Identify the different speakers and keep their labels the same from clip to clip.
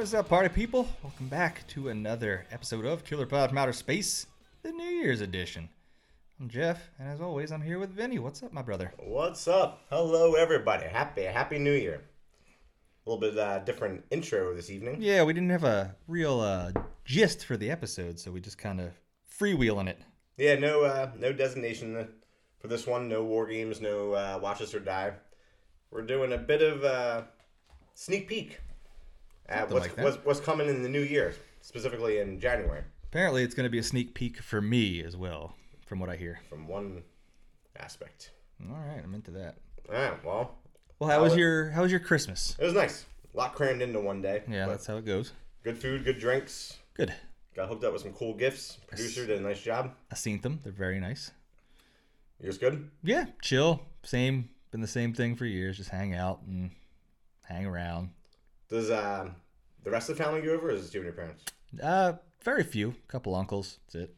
Speaker 1: is up, party people? Welcome back to another episode of Killer Pod from Outer Space, the New Year's edition. I'm Jeff, and as always, I'm here with Vinny. What's up, my brother?
Speaker 2: What's up? Hello, everybody. Happy, happy New Year. A little bit uh, different intro this evening.
Speaker 1: Yeah, we didn't have a real uh, gist for the episode, so we just kind of freewheeling it.
Speaker 2: Yeah, no, uh, no designation for this one. No war games. No uh, watch us or die. We're doing a bit of uh, sneak peek at
Speaker 1: Something
Speaker 2: what's,
Speaker 1: like that.
Speaker 2: what's what's coming in the new year, specifically in January.
Speaker 1: Apparently, it's going to be a sneak peek for me as well, from what I hear.
Speaker 2: From one aspect.
Speaker 1: All right, I'm into that.
Speaker 2: All right. Well,
Speaker 1: Well, how was your how was your Christmas?
Speaker 2: it was nice. A lot crammed into one day.
Speaker 1: Yeah,
Speaker 2: but
Speaker 1: that's how it goes.
Speaker 2: good food, good drinks.
Speaker 1: Good.
Speaker 2: Got hooked up with some cool gifts. Producer did a nice job.
Speaker 1: I seen them. They're very nice.
Speaker 2: Yours good.
Speaker 1: Yeah, chill. Same. Been the same thing for years. Just hang out and hang around.
Speaker 2: Does um, the rest of the family go over, or is it you and your parents?
Speaker 1: Uh, very few. Couple uncles. That's it.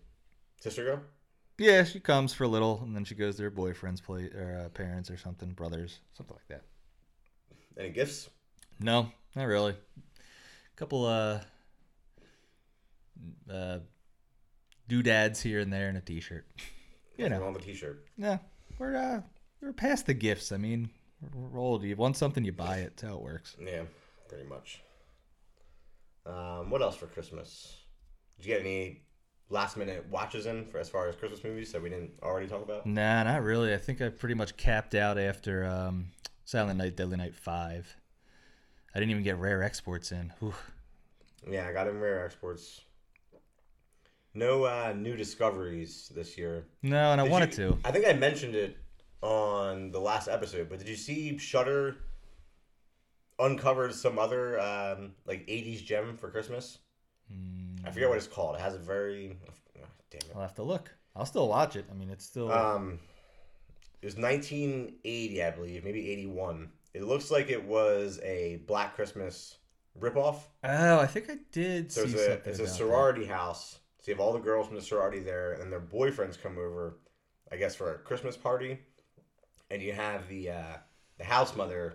Speaker 2: Sister go?
Speaker 1: Yeah, she comes for a little, and then she goes to her boyfriend's place or uh, parents or something, brothers, something like that.
Speaker 2: Any gifts?
Speaker 1: No, not really. Couple uh, uh, doodads here and there, and a T-shirt. you
Speaker 2: Nothing
Speaker 1: know,
Speaker 2: wrong with the T-shirt.
Speaker 1: yeah, we're uh, we're past the gifts. I mean, we're old. You want something, you buy it. That's how it works.
Speaker 2: Yeah, pretty much. Um, what else for Christmas? Did you get any last-minute watches in for as far as Christmas movies that we didn't already talk about?
Speaker 1: Nah, not really. I think I pretty much capped out after um, Silent Night, Deadly Night Five. I didn't even get rare exports in. Whew.
Speaker 2: Yeah, I got in rare exports. No uh, new discoveries this year.
Speaker 1: No, and I
Speaker 2: Did
Speaker 1: wanted
Speaker 2: you-
Speaker 1: to.
Speaker 2: I think I mentioned it on the last episode, but did you see Shutter uncovered some other um, like '80s gem for Christmas? I forget what it's called. It has a very oh, damn
Speaker 1: Mm, I'll have to look. I'll still watch it. I mean, it's still
Speaker 2: it. Um, it was 1980, I believe, maybe 81. It looks like it was a Black Christmas ripoff.
Speaker 1: oh, I think I did
Speaker 2: So
Speaker 1: see
Speaker 2: it's a,
Speaker 1: something.
Speaker 2: it's a
Speaker 1: about
Speaker 2: sorority house. So you have all the girls from the sorority there, and their boyfriends come over, I guess, for a Christmas party. And you have the uh, the house mother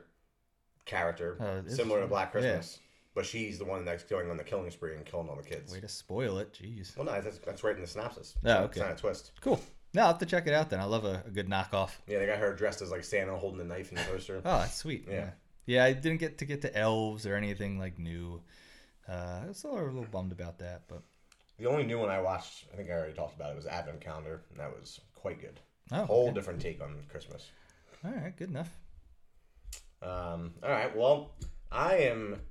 Speaker 2: character,
Speaker 1: Oh, it's-
Speaker 2: similar to
Speaker 1: yeah.
Speaker 2: Black Christmas, but she's the one that's going on the killing spree and killing all the
Speaker 1: that.
Speaker 2: kids.
Speaker 1: Way to spoil it. Jeez.
Speaker 2: Well, no, that's, that's right in the synopsis.
Speaker 1: Oh,
Speaker 2: It's
Speaker 1: okay.
Speaker 2: not a twist.
Speaker 1: Cool. No, I'll have to check it out then. I love a, a good knockoff.
Speaker 2: Yeah, they got her dressed as like Santa holding a knife in the poster.
Speaker 1: Oh, that's sweet.
Speaker 2: Yeah.
Speaker 1: yeah. Yeah, I didn't get to get to elves or anything like new. Uh, I was still a little bummed about that, but
Speaker 2: the only new one I watched, I think I already talked about it, was Advent Calendar, and that was quite good.
Speaker 1: oh,
Speaker 2: Whole
Speaker 1: okay.
Speaker 2: different take on Christmas.
Speaker 1: all right, good enough.
Speaker 2: Um, all right. Well, I am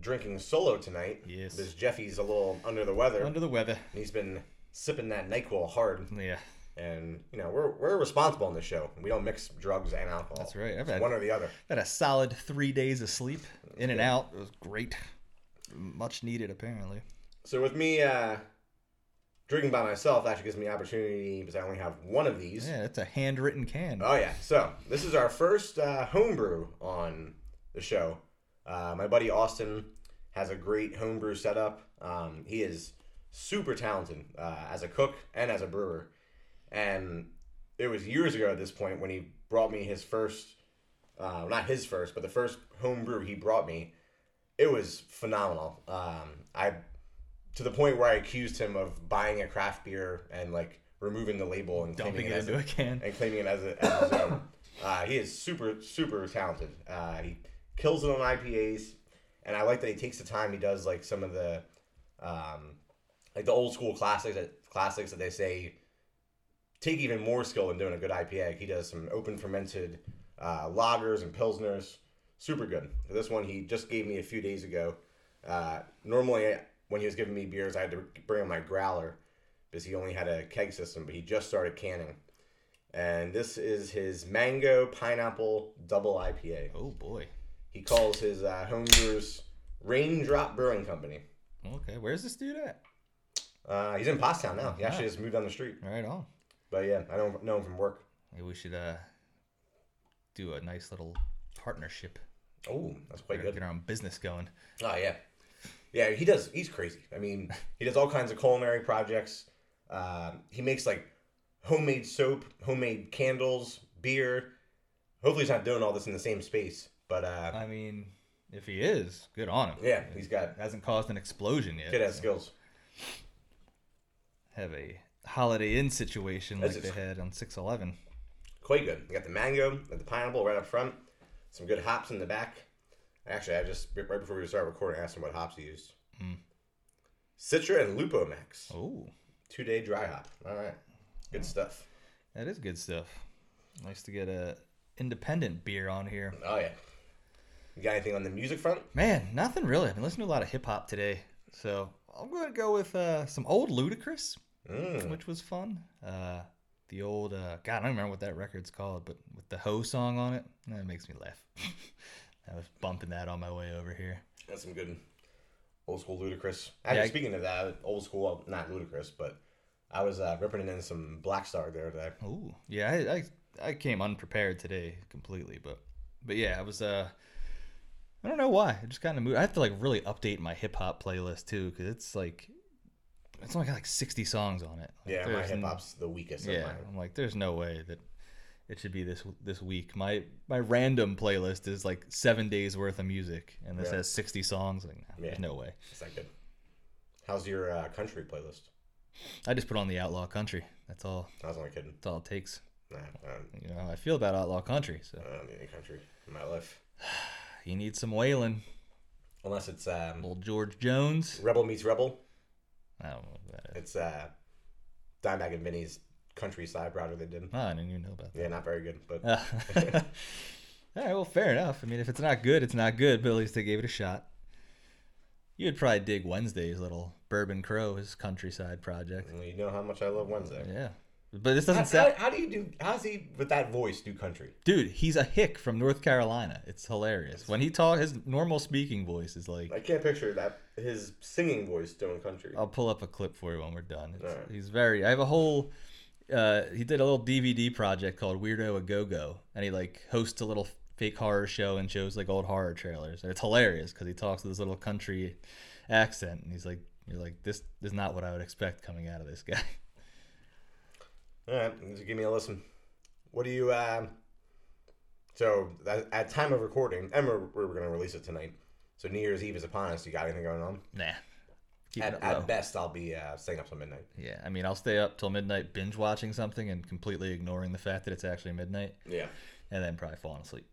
Speaker 2: drinking solo tonight.
Speaker 1: Yes.
Speaker 2: Because Jeffy's a little under the weather.
Speaker 1: Under the weather.
Speaker 2: and he's been sipping that Nyquil hard,
Speaker 1: Yeah,
Speaker 2: and you know we're we're responsible on this show. We don't mix drugs and alcohol.
Speaker 1: that's right. I've
Speaker 2: It's
Speaker 1: had,
Speaker 2: One or the other.
Speaker 1: had a solid three days of sleep, in and out. It was great, much needed apparently.
Speaker 2: So with me uh, drinking by myself actually gives me opportunity because I only have one of these.
Speaker 1: Yeah, it's a handwritten can.
Speaker 2: Oh yeah. So this is our first uh, homebrew on the show. Uh, my buddy Austin has a great homebrew setup. Um, he is super talented uh, as a cook and as a brewer. And it was years ago at this point when he brought me his first, uh, not his first, but the first homebrew he brought me. It was phenomenal. Um, I to the point where I accused him of buying a craft beer and like removing the label and claiming
Speaker 1: dumping it
Speaker 2: as
Speaker 1: into a can.
Speaker 2: and claiming it as, a, as his own. Uh, he is super, super talented. Uh, he kills it on IPAs, and I like that he takes the time. He does like some of the, um, like the old school classics that classics that they say take even more skill than doing a good IPA. He does some open fermented uh, lagers and pilsners. Super good. This one he just gave me a few days ago. Uh, normally, when he was giving me beers, I had to bring him my growler because he only had a keg system, but he just started canning. And this is his mango pineapple double IPA.
Speaker 1: Oh boy.
Speaker 2: He calls his uh, home brewers Raindrop Brewing Company.
Speaker 1: Okay, where's this dude at?
Speaker 2: Uh, he's in Pottstown now. He actually just moved down the street.
Speaker 1: Right on.
Speaker 2: But yeah, I don't know him from work.
Speaker 1: Maybe we should uh do a nice little partnership.
Speaker 2: Oh, that's quite good.
Speaker 1: Get our own business going.
Speaker 2: Oh yeah, yeah. He does. He's crazy. I mean, he does all kinds of culinary projects. Um, he makes like homemade soap, homemade candles, beer. Hopefully, he's not doing all this in the same space. But uh,
Speaker 1: I mean, If he is, good on him.
Speaker 2: Yeah, he's got
Speaker 1: Hasn't caused an explosion yet.
Speaker 2: kid has skills.
Speaker 1: Have a Holiday Inn situation
Speaker 2: That's
Speaker 1: like they
Speaker 2: ex-
Speaker 1: had on 611.
Speaker 2: Quite good. You got the mango and the pineapple right up front. Some good hops in the back. Actually, I just right before we started recording, I asked him what hops he used. Citra and Lupo Max,
Speaker 1: Oh,
Speaker 2: two day dry hop. All right, good stuff.
Speaker 1: that is good stuff. Nice to get a independent beer on here.
Speaker 2: Oh yeah. You got anything on the music front?
Speaker 1: Man, nothing really. I've been listening to a lot of hip hop today, so I'm going to go with uh, some old Ludacris,
Speaker 2: Mm.
Speaker 1: which was fun. Uh, the old uh, God, I don't remember what that record's called, but with the "Ho" song on it, that makes me laugh. I was bumping that on my way over here.
Speaker 2: That's some good old school ludicrous. Actually,
Speaker 1: Yeah, I-
Speaker 2: speaking of that, old school, not ludicrous, but I was uh, ripping in some Black Star the other day.
Speaker 1: Ooh, yeah, I, I I came unprepared today completely, but but yeah, I was uh I don't know why. I just kind of moved. I have to like really update my hip hop playlist too cuz it's like it's only got like 60 songs on it. Like,
Speaker 2: Yeah, my
Speaker 1: there's n-
Speaker 2: hip hop's the weakest. of
Speaker 1: Yeah,
Speaker 2: mine.
Speaker 1: I'm like there's no way that it should be this this week. My my random playlist is like 7 days worth of music and this
Speaker 2: Yeah.
Speaker 1: has 60 songs like nah, there's
Speaker 2: Yeah.
Speaker 1: no way.
Speaker 2: It's not good. How's your uh, country playlist?
Speaker 1: I just put on the outlaw country. That's all
Speaker 2: I was only kidding.
Speaker 1: that's all it takes.
Speaker 2: Nah, I don't,
Speaker 1: You know, how I feel about outlaw country, so
Speaker 2: I don't need any country in my life.
Speaker 1: you need some Waylon.
Speaker 2: Unless it's um,
Speaker 1: Old George Jones.
Speaker 2: Rebel Meets Rebel.
Speaker 1: I don't know about it.
Speaker 2: It's uh, Dimebag and Vinny's country side project they did.
Speaker 1: Oh, I didn't even know about that.
Speaker 2: Yeah, not very good, but
Speaker 1: Uh, all right, well, fair enough. I mean, if it's not good, it's not good, but at least they gave it a shot. You would probably dig Wednesday's little Bourbon Crow, his countryside project.
Speaker 2: you know how much I love Wednesday.
Speaker 1: Yeah. But this doesn't
Speaker 2: How, how,
Speaker 1: sound.
Speaker 2: how do you do? How's he with that voice do country?
Speaker 1: Dude, he's a hick from North Carolina. It's hilarious. When he talks, his normal speaking voice is like.
Speaker 2: I can't picture that his singing voice doing country.
Speaker 1: I'll pull up a clip for you when we're done. It's,
Speaker 2: Alright.
Speaker 1: He's very. I have a whole. Uh, he did a little DVD project called Weirdo a Go Go, and he like hosts a little fake horror show and shows like old horror trailers. And it's hilarious because he talks with this little country accent, and he's like, "You're like this is not what I would expect coming out of this guy."
Speaker 2: All right, just give me a listen. What do you? um so at, at time of recording, and we're, we're going to release it tonight. So New Year's Eve is upon us. You got anything going on?
Speaker 1: nah, keep
Speaker 2: At,
Speaker 1: it up
Speaker 2: at
Speaker 1: low.
Speaker 2: best, I'll be uh, staying up till midnight.
Speaker 1: Yeah, I mean, I'll stay up till midnight binge watching something and completely ignoring the fact that it's actually midnight,
Speaker 2: Yeah,
Speaker 1: and then probably falling asleep.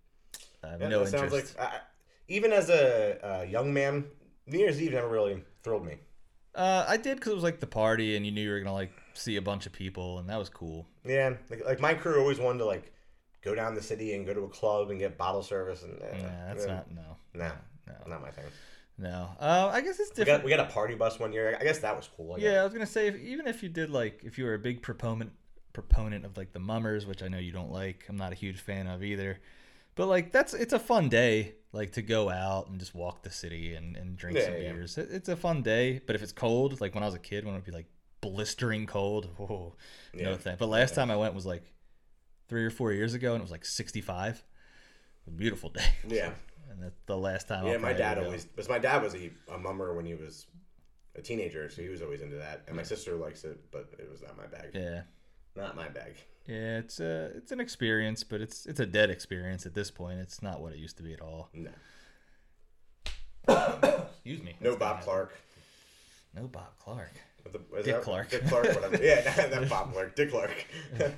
Speaker 1: I have
Speaker 2: that,
Speaker 1: no
Speaker 2: that
Speaker 1: interest.
Speaker 2: sounds like I, I- even as a, a young man, New Year's Eve never really thrilled me.
Speaker 1: Uh, I did because it was like the party, and you knew you were gonna like see a bunch of people, and that was cool.
Speaker 2: Yeah, like, like my crew always wanted to like go down the city and go to a club and get bottle service, and eh,
Speaker 1: Nah, that's
Speaker 2: eh,
Speaker 1: not no,
Speaker 2: nah,
Speaker 1: no,
Speaker 2: not my thing.
Speaker 1: no. Uh, I guess it's
Speaker 2: We
Speaker 1: different.
Speaker 2: got, we got a party bus one year. I guess that was cool. I guess.
Speaker 1: yeah, I was gonna say if, even if you did like if you were a big proponent proponent of like the mummers, which I know you don't like, I'm not a huge fan of either. But like that's it's a fun day like to go out and just walk the city and, and drink
Speaker 2: Yeah,
Speaker 1: some
Speaker 2: yeah.
Speaker 1: beers. It, it's a fun day. But if it's cold, like when I was a kid, when it would be like blistering cold, oh no
Speaker 2: Yeah.
Speaker 1: thing. But last time I went was like three or four years ago, and it was like 65. A beautiful day.
Speaker 2: Yeah.
Speaker 1: and that's the last time. I'll
Speaker 2: Yeah, my
Speaker 1: probably
Speaker 2: dad
Speaker 1: go.
Speaker 2: always because my dad was a, a mummer when he was a teenager, so he was always into that. And my sister likes it, but it was not my bag.
Speaker 1: Yeah,
Speaker 2: Not my bag.
Speaker 1: yeah. It's a it's an experience, but it's it's a dead experience at this point. It's not what it used to be at all.
Speaker 2: No.
Speaker 1: Excuse me.
Speaker 2: No
Speaker 1: That's
Speaker 2: Bob
Speaker 1: kinda-
Speaker 2: Clark.
Speaker 1: No Bob Clark.
Speaker 2: What the- is
Speaker 1: Dick Clark.
Speaker 2: Dick Clark. Whatever. yeah, not Bob Clark. Dick Clark.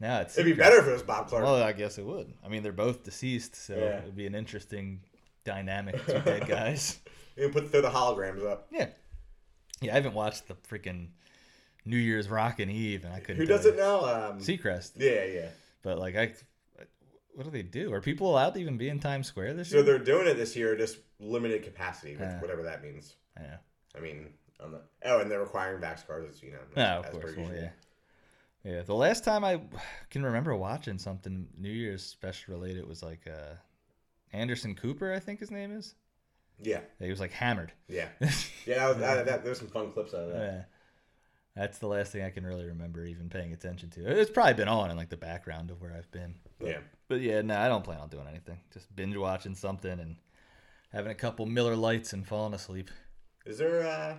Speaker 1: Now it's
Speaker 2: It'd be better if it was Bob Clark.
Speaker 1: Well, I guess it would. I mean, they're both deceased, so
Speaker 2: Yeah.
Speaker 1: it'd be an interesting dynamic. Two dead guys.
Speaker 2: You put throw the holograms up.
Speaker 1: Yeah, yeah. I haven't watched the freaking New Year's Rockin' Eve, and I couldn't.
Speaker 2: Who
Speaker 1: tell
Speaker 2: does
Speaker 1: you.
Speaker 2: it now? Um,
Speaker 1: Seacrest.
Speaker 2: yeah, yeah.
Speaker 1: But like, I, what do they do? Are people allowed to even be in Times Square this
Speaker 2: So
Speaker 1: year?
Speaker 2: they're doing it this year, just limited capacity, with
Speaker 1: Yeah.
Speaker 2: whatever that means.
Speaker 1: Yeah.
Speaker 2: I mean, on the, oh, and they're requiring vax cards, as you know.
Speaker 1: No,
Speaker 2: as
Speaker 1: Ah, of
Speaker 2: per
Speaker 1: course. Well,
Speaker 2: usual.
Speaker 1: yeah. Yeah. The last time I can remember watching something New Year's special related was like uh, Anderson Cooper, I think his name is.
Speaker 2: yeah,
Speaker 1: He was like hammered.
Speaker 2: yeah, yeah. That was, that, that, there's some fun clips out of that.
Speaker 1: Yeah. That's the last thing I can really remember even paying attention to. It's probably been on in like the background of where I've been.
Speaker 2: Yeah.
Speaker 1: But yeah, no, I don't plan on doing anything. Just binge watching something and having a couple Miller Lights and falling asleep.
Speaker 2: Is there uh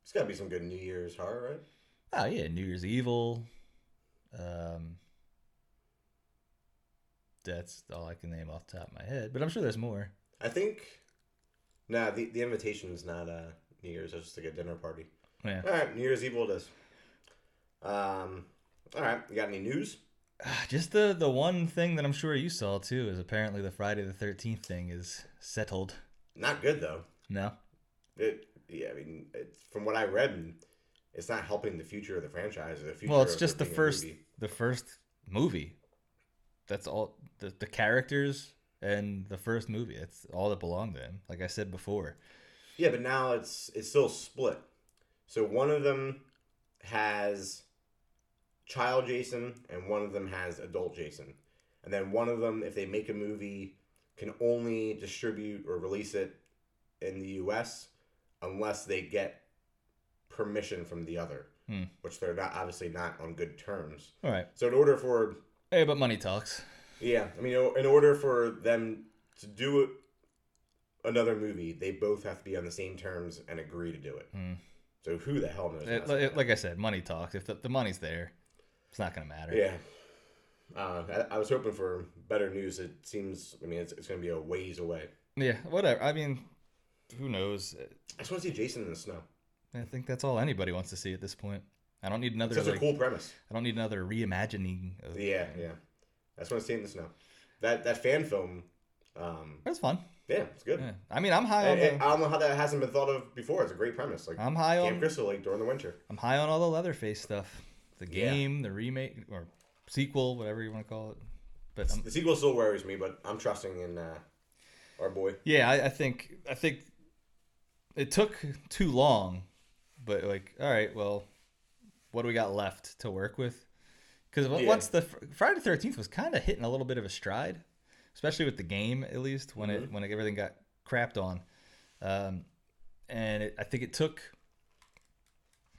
Speaker 2: There's gotta be some good New Year's horror, right?
Speaker 1: Oh yeah, New Year's Evil. Um, that's all I can name off the top of my head, but I'm sure there's more.
Speaker 2: I think. Nah, the, the invitation is not uh, New Year's. It's just like a dinner party.
Speaker 1: Yeah.
Speaker 2: All right, New Year's Eve it is. Um, all right, you got any news?
Speaker 1: Ah, Just the the one thing that I'm sure you saw too is apparently the Friday the 13th thing is settled.
Speaker 2: Not good though.
Speaker 1: No.
Speaker 2: It, yeah, I mean, it's, from what I read, it's not helping the future of the franchise or the future.
Speaker 1: Well, it's
Speaker 2: of
Speaker 1: just
Speaker 2: there
Speaker 1: the
Speaker 2: being a
Speaker 1: first
Speaker 2: movie.
Speaker 1: the first movie. That's all the the characters and the first movie. It's all that belonged to him. Like I said before.
Speaker 2: Yeah, but now it's it's still split. So one of them has child Jason, and one of them has adult Jason, and then one of them, if they make a movie, can only distribute or release it in the U.S. unless they get permission from the other,
Speaker 1: Hmm.
Speaker 2: which they're not obviously not on good terms.
Speaker 1: All right.
Speaker 2: So in order for
Speaker 1: Hey, but money talks.
Speaker 2: Yeah, I mean, in order for them to do it, another movie, they both have to be on the same terms and agree to do it.
Speaker 1: Hmm.
Speaker 2: So who the hell knows?
Speaker 1: It,
Speaker 2: how that's
Speaker 1: it- like I said, money talks. If the, the money's there, it's not gonna matter.
Speaker 2: gonna- yeah. Uh, I, I was hoping for better news. It seems, I mean, it's, it's going to be a ways away.
Speaker 1: Yeah, Whatever. I mean, who knows?
Speaker 2: I just want to see Jason in the snow.
Speaker 1: I think that's all anybody wants to see at this point. I don't need another.
Speaker 2: Such
Speaker 1: Like,
Speaker 2: a cool premise.
Speaker 1: I don't need another reimagining. Of,
Speaker 2: Yeah, yeah. I just want to see him in the snow. That that fan film, um,
Speaker 1: That's fun.
Speaker 2: yeah, it's good.
Speaker 1: Yeah. I mean, I'm high
Speaker 2: I,
Speaker 1: on.
Speaker 2: I,
Speaker 1: The,
Speaker 2: I don't know how that hasn't been thought of before. It's a great premise. Like
Speaker 1: I'm high
Speaker 2: Camp
Speaker 1: on.
Speaker 2: Crystal Lake during the winter.
Speaker 1: I'm high on all the Leatherface stuff. The
Speaker 2: Yeah.
Speaker 1: game, the remake or sequel, whatever you want to call it. But I'm,
Speaker 2: The sequel still worries me, but I'm trusting in uh, our boy.
Speaker 1: yeah, I, I think I think it took too long, but like, all right, well, what do we got left to work with? Because
Speaker 2: Yeah.
Speaker 1: once the Fr- Friday Thirteenth was kind of hitting a little bit of a stride, especially with the game at least when it when everything got crapped on, um, and it, I think it took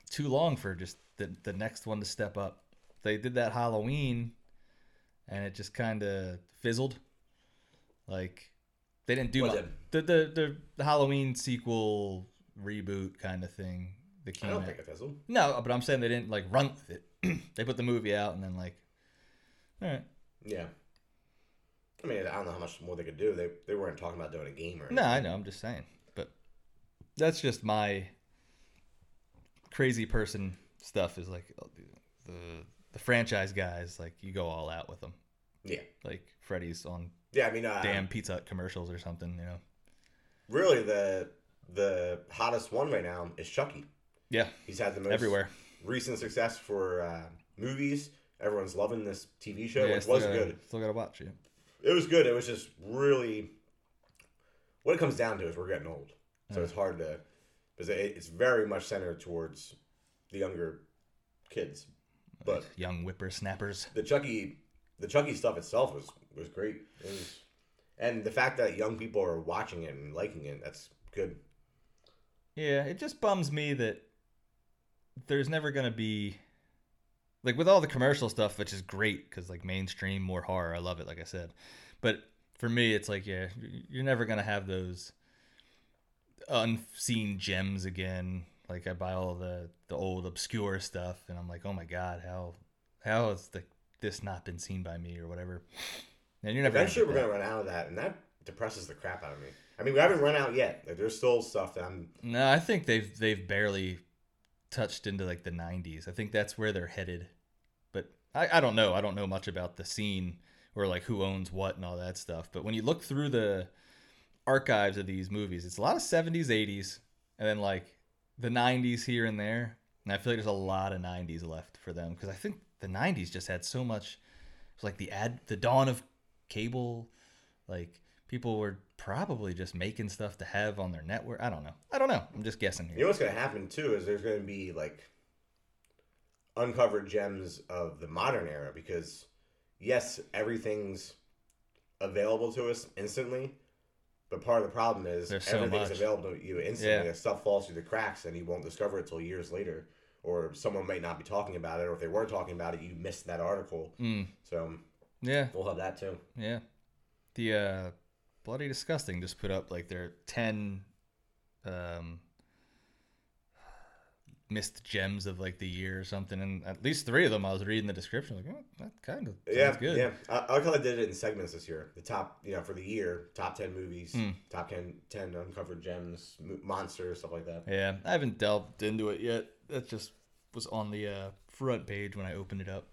Speaker 1: too long for just the the next one to step up. They did that Halloween, and it just kind of fizzled. Like they didn't do
Speaker 2: Was
Speaker 1: mu-
Speaker 2: it-
Speaker 1: the, the the the Halloween sequel reboot kind of thing that
Speaker 2: I
Speaker 1: came
Speaker 2: don't
Speaker 1: out.
Speaker 2: think it fizzled.
Speaker 1: No, but I'm saying they didn't like run with it. they put the movie out and then like, all right.
Speaker 2: Yeah. I mean, I don't know how much more they could do. They they weren't talking about doing a game or
Speaker 1: No, I know. I'm just saying, but that's just my crazy person stuff. Is like oh, the the franchise guys. Like you go all out with them.
Speaker 2: Yeah.
Speaker 1: Like Freddy's on
Speaker 2: Yeah, I mean, uh,
Speaker 1: damn Pizza Hut commercials or something. You know.
Speaker 2: really the the hottest one right now is Chucky.
Speaker 1: Yeah.
Speaker 2: He's had the most
Speaker 1: Everywhere.
Speaker 2: recent success for uh, movies. Everyone's loving this TV show,
Speaker 1: yeah,
Speaker 2: which
Speaker 1: still
Speaker 2: was
Speaker 1: gotta-
Speaker 2: good.
Speaker 1: Still gotta watch it.
Speaker 2: It was good. It was just really what it comes down to is we're getting old, so it's hard to because it, it's very much centered towards the younger kids. But
Speaker 1: Young whippersnappers.
Speaker 2: the Chucky, the Chucky stuff itself was was great, it was, and the fact that young people are watching it and liking it, that's good.
Speaker 1: Yeah, it just bums me that there's never gonna be like with all the commercial stuff, which is great because like mainstream, more horror, I love it. Like I said, but for me, it's like yeah, y- you're never gonna have those unseen gems again. Like I buy all the the old obscure stuff, and I'm like, oh my god, how how has the this not been seen by me or whatever? And you're never
Speaker 2: Eventually,
Speaker 1: get
Speaker 2: we're
Speaker 1: that.
Speaker 2: gonna run out of that, and that depresses the crap out of me. I mean, we haven't run out yet. Like, there's still stuff that I'm.
Speaker 1: No, I think they've they've barely touched into like the '90s. I think that's where they're headed. But I, I don't know. I don't know much about the scene or like who owns what and all that stuff. But when you look through the archives of these movies, it's a lot of '70s, '80s, and then like the '90s here and there. And I feel like there's a lot of '90s left for them because I think the '90s just had so much. It was like the ad, the dawn of cable. Like people were probably just making stuff to have on their network. I don't know. I don't know. I'm just guessing
Speaker 2: You know
Speaker 1: here.
Speaker 2: what's gonna happen too is there's gonna be like uncovered gems of the modern era because yes, everything's available to us instantly. But part of the problem is
Speaker 1: There's so
Speaker 2: everything's
Speaker 1: much.
Speaker 2: available to you instantly.
Speaker 1: Yeah.
Speaker 2: and Stuff falls through the cracks, and you won't discover it till years later, or someone might not be talking about it, or if they were talking about it, you missed that article.
Speaker 1: Mm,
Speaker 2: So
Speaker 1: yeah,
Speaker 2: we'll have that too.
Speaker 1: yeah. The uh, bloody disgusting just put up like their ten um, missed gems of like the year or something, and at least three of them I was reading the description like, oh, that kind of sounds
Speaker 2: Yeah,
Speaker 1: good.
Speaker 2: yeah. I, I like how they did it in segments this year. The top, you know, for the year, top ten movies,
Speaker 1: Hmm.
Speaker 2: top 10, 10 uncovered gems, mo- monsters, stuff like that.
Speaker 1: Yeah, I haven't delved into it yet. That just was on the uh, front page when I opened it up.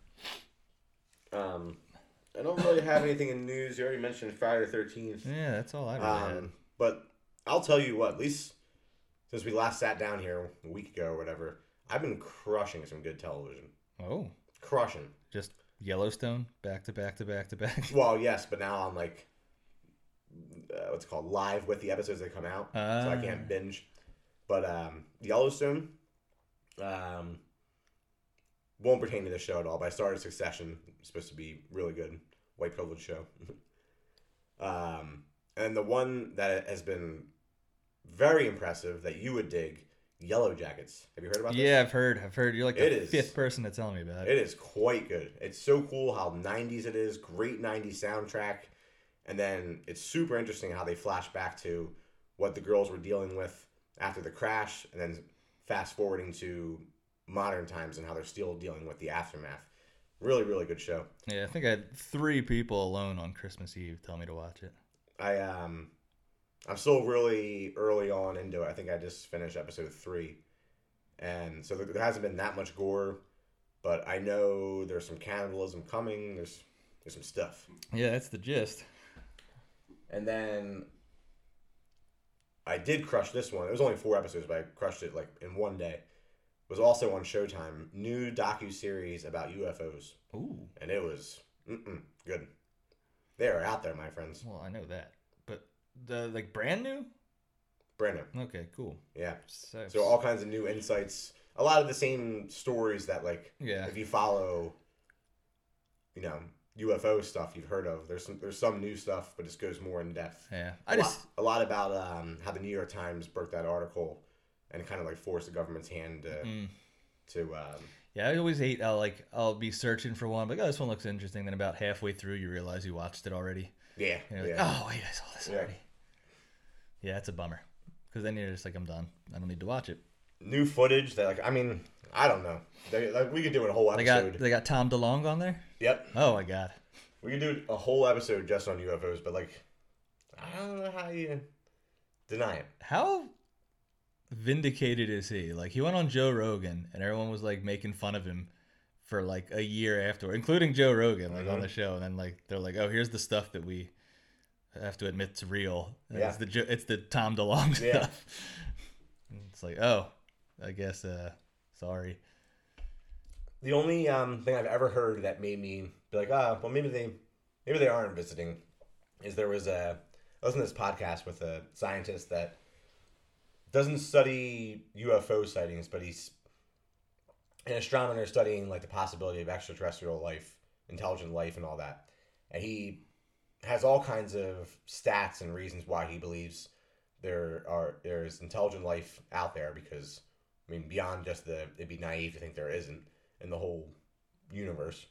Speaker 2: Um, I don't really have anything in news. You already mentioned Friday the Thirteenth.
Speaker 1: Yeah, that's all I really had.
Speaker 2: Um, but I'll tell you what, at least since we last sat down here a week ago or whatever, I've been crushing some good television.
Speaker 1: Oh,
Speaker 2: Crushing.
Speaker 1: just Yellowstone, back to back to back to back.
Speaker 2: Well, yes, but now I'm like, uh, what's it called? Live with the episodes that come out. so I
Speaker 1: Ah.
Speaker 2: can't binge. But um, Yellowstone um, won't pertain to this show at all. But I started Succession. It's supposed to be really good. White privilege show. um, and the one that has been very impressive that you would dig, Yellow Jackets. Have you heard about this?
Speaker 1: Yeah, I've heard. I've heard. You're like the
Speaker 2: It is.
Speaker 1: fifth person to tell me about it.
Speaker 2: It is quite good. It's so cool how 90s it is, great 90s soundtrack. And then it's super interesting how they flash back to what the girls were dealing with after the crash and then fast forwarding to modern times and how they're still dealing with the aftermath. Really, really good show.
Speaker 1: Yeah, I think I had three people alone on Christmas Eve tell me to watch it.
Speaker 2: I um I'm still really early on into it. I think I just finished episode three. And so there- there hasn't been that much gore, but I know there's some cannibalism coming. There's there's some stuff.
Speaker 1: Yeah, that's the gist.
Speaker 2: And then I did crush this one. It was only four episodes, but I crushed it like in one day. It was also on Showtime, new docu series about UFOs,
Speaker 1: Ooh,
Speaker 2: and it was mm-mm, good. They are out there, my friends.
Speaker 1: well, I know that, but the like brand new.
Speaker 2: Brand
Speaker 1: Okay, cool.
Speaker 2: new, yeah.
Speaker 1: So,
Speaker 2: So all kinds of new insights. A lot of the same stories that like
Speaker 1: yeah,
Speaker 2: if you follow, you know, UFO stuff you've heard of. There's some there's some new stuff, but it goes more in depth.
Speaker 1: yeah.
Speaker 2: I
Speaker 1: I just
Speaker 2: a lot about um, how the New York Times broke that article and kind of like forced the government's hand to,
Speaker 1: Mm.
Speaker 2: to um,
Speaker 1: yeah, I always hate. I'll like I'll be searching for one, like oh, this one looks interesting. Then about halfway through, you realize you watched it already.
Speaker 2: yeah,
Speaker 1: And you're like,
Speaker 2: yeah.
Speaker 1: oh wait, I saw this
Speaker 2: Yeah.
Speaker 1: already. Yeah, that's a bummer. Because then you're just like, I'm done. I don't need to watch it.
Speaker 2: new footage that like I mean I don't know they, like we could do a whole
Speaker 1: They got
Speaker 2: episode.
Speaker 1: they got Tom DeLonge on there.
Speaker 2: Yep,
Speaker 1: Oh my god.
Speaker 2: we could do a whole episode just on UFOs, but like I don't know how you deny it.
Speaker 1: how vindicated is he? Like he went on Joe Rogan and everyone was like making fun of him for like a year afterward, including Joe Rogan, like on
Speaker 2: Mhm.
Speaker 1: the show. And then like they're like, oh, here's the stuff that we have to admit's real. And
Speaker 2: Yeah.
Speaker 1: It's the Jo- it's the Tom DeLonge
Speaker 2: Yeah.
Speaker 1: stuff. And it's like, oh, I guess uh, sorry.
Speaker 2: The only um, thing I've ever heard that made me be like, ah, well, maybe they, maybe they aren't visiting, is there was a I was in this podcast with a scientist that doesn't study UFO sightings, but he's an astronomer studying like the possibility of extraterrestrial life, intelligent life, and all that, and he has all kinds of stats and reasons why he believes there are there is intelligent life out there because I mean beyond just the it'd be naive to think there isn't in the whole universe.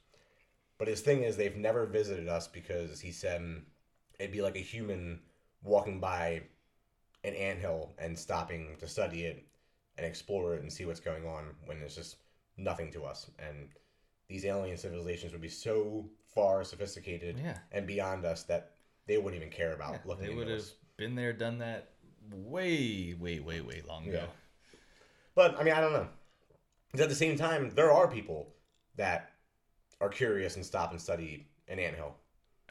Speaker 2: But his thing is they've never visited us because he said mm, it'd be like a human walking by an anthill and stopping to study it and explore it and see what's going on when there's just nothing to us. And these alien civilizations would be so far sophisticated
Speaker 1: Yeah.
Speaker 2: and beyond us that they wouldn't even care about
Speaker 1: Yeah,
Speaker 2: looking
Speaker 1: they
Speaker 2: into
Speaker 1: would have
Speaker 2: us.
Speaker 1: been there, done that way, way, way, way long ago.
Speaker 2: Yeah. But I mean, I don't know. 'Cause At the same time, there are people that are curious and stop and study an anthill.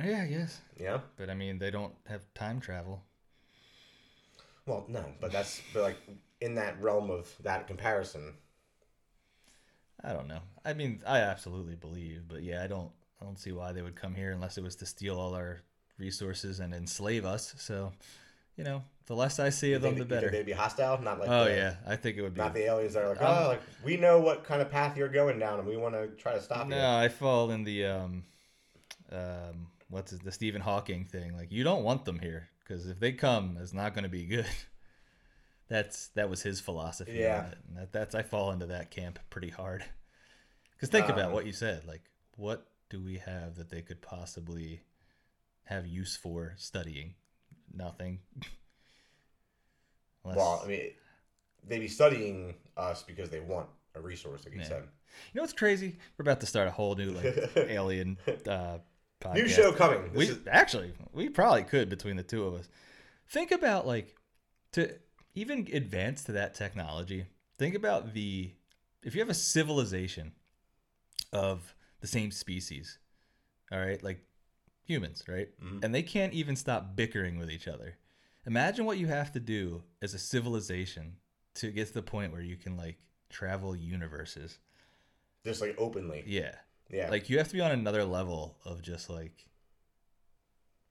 Speaker 1: Yeah, I guess.
Speaker 2: You know?
Speaker 1: But I mean, they don't have time travel.
Speaker 2: Well, no, but that's but like in that realm of that comparison.
Speaker 1: I don't know. I mean, I absolutely believe, but yeah, I don't. I don't see why they would come here unless it was to steal all our resources and enslave us. So, you know, the less I see of
Speaker 2: you
Speaker 1: them,
Speaker 2: think
Speaker 1: the
Speaker 2: that- you think
Speaker 1: better.
Speaker 2: They'd be hostile, not like
Speaker 1: Oh
Speaker 2: the,
Speaker 1: yeah, I think it would be.
Speaker 2: not the aliens that are like,
Speaker 1: Um,
Speaker 2: oh, like we know what kind of path you're going down, and we want to try to stop you.
Speaker 1: No, I fall in the um, um, what's it, the Stephen Hawking thing? Like, you don't want them here because if they come, it's not going to be good. That's that was his philosophy. Yeah,
Speaker 2: Yeah.
Speaker 1: on it. And that, that's I fall into that camp pretty hard. Because think about
Speaker 2: Um,
Speaker 1: what you said. Like, what do we have that they could possibly have use for studying? Nothing. Unless-
Speaker 2: Well, I mean, they be studying us because they want a resource against
Speaker 1: Yeah.
Speaker 2: them.
Speaker 1: You know what's crazy? We're about to start a whole new like alien uh, podcast.
Speaker 2: New show coming. This
Speaker 1: We
Speaker 2: is,
Speaker 1: actually we probably could between the two of us. Think about like to even advance to that technology. Think about the if you have a civilization of the same species, all right, like humans, right,
Speaker 2: Mm-hmm.
Speaker 1: and they can't even stop bickering with each other. Imagine what you have to do as a civilization to get to the point where you can like travel universes.
Speaker 2: just like openly.
Speaker 1: Yeah.
Speaker 2: Yeah.
Speaker 1: Like you have to be on another level of just like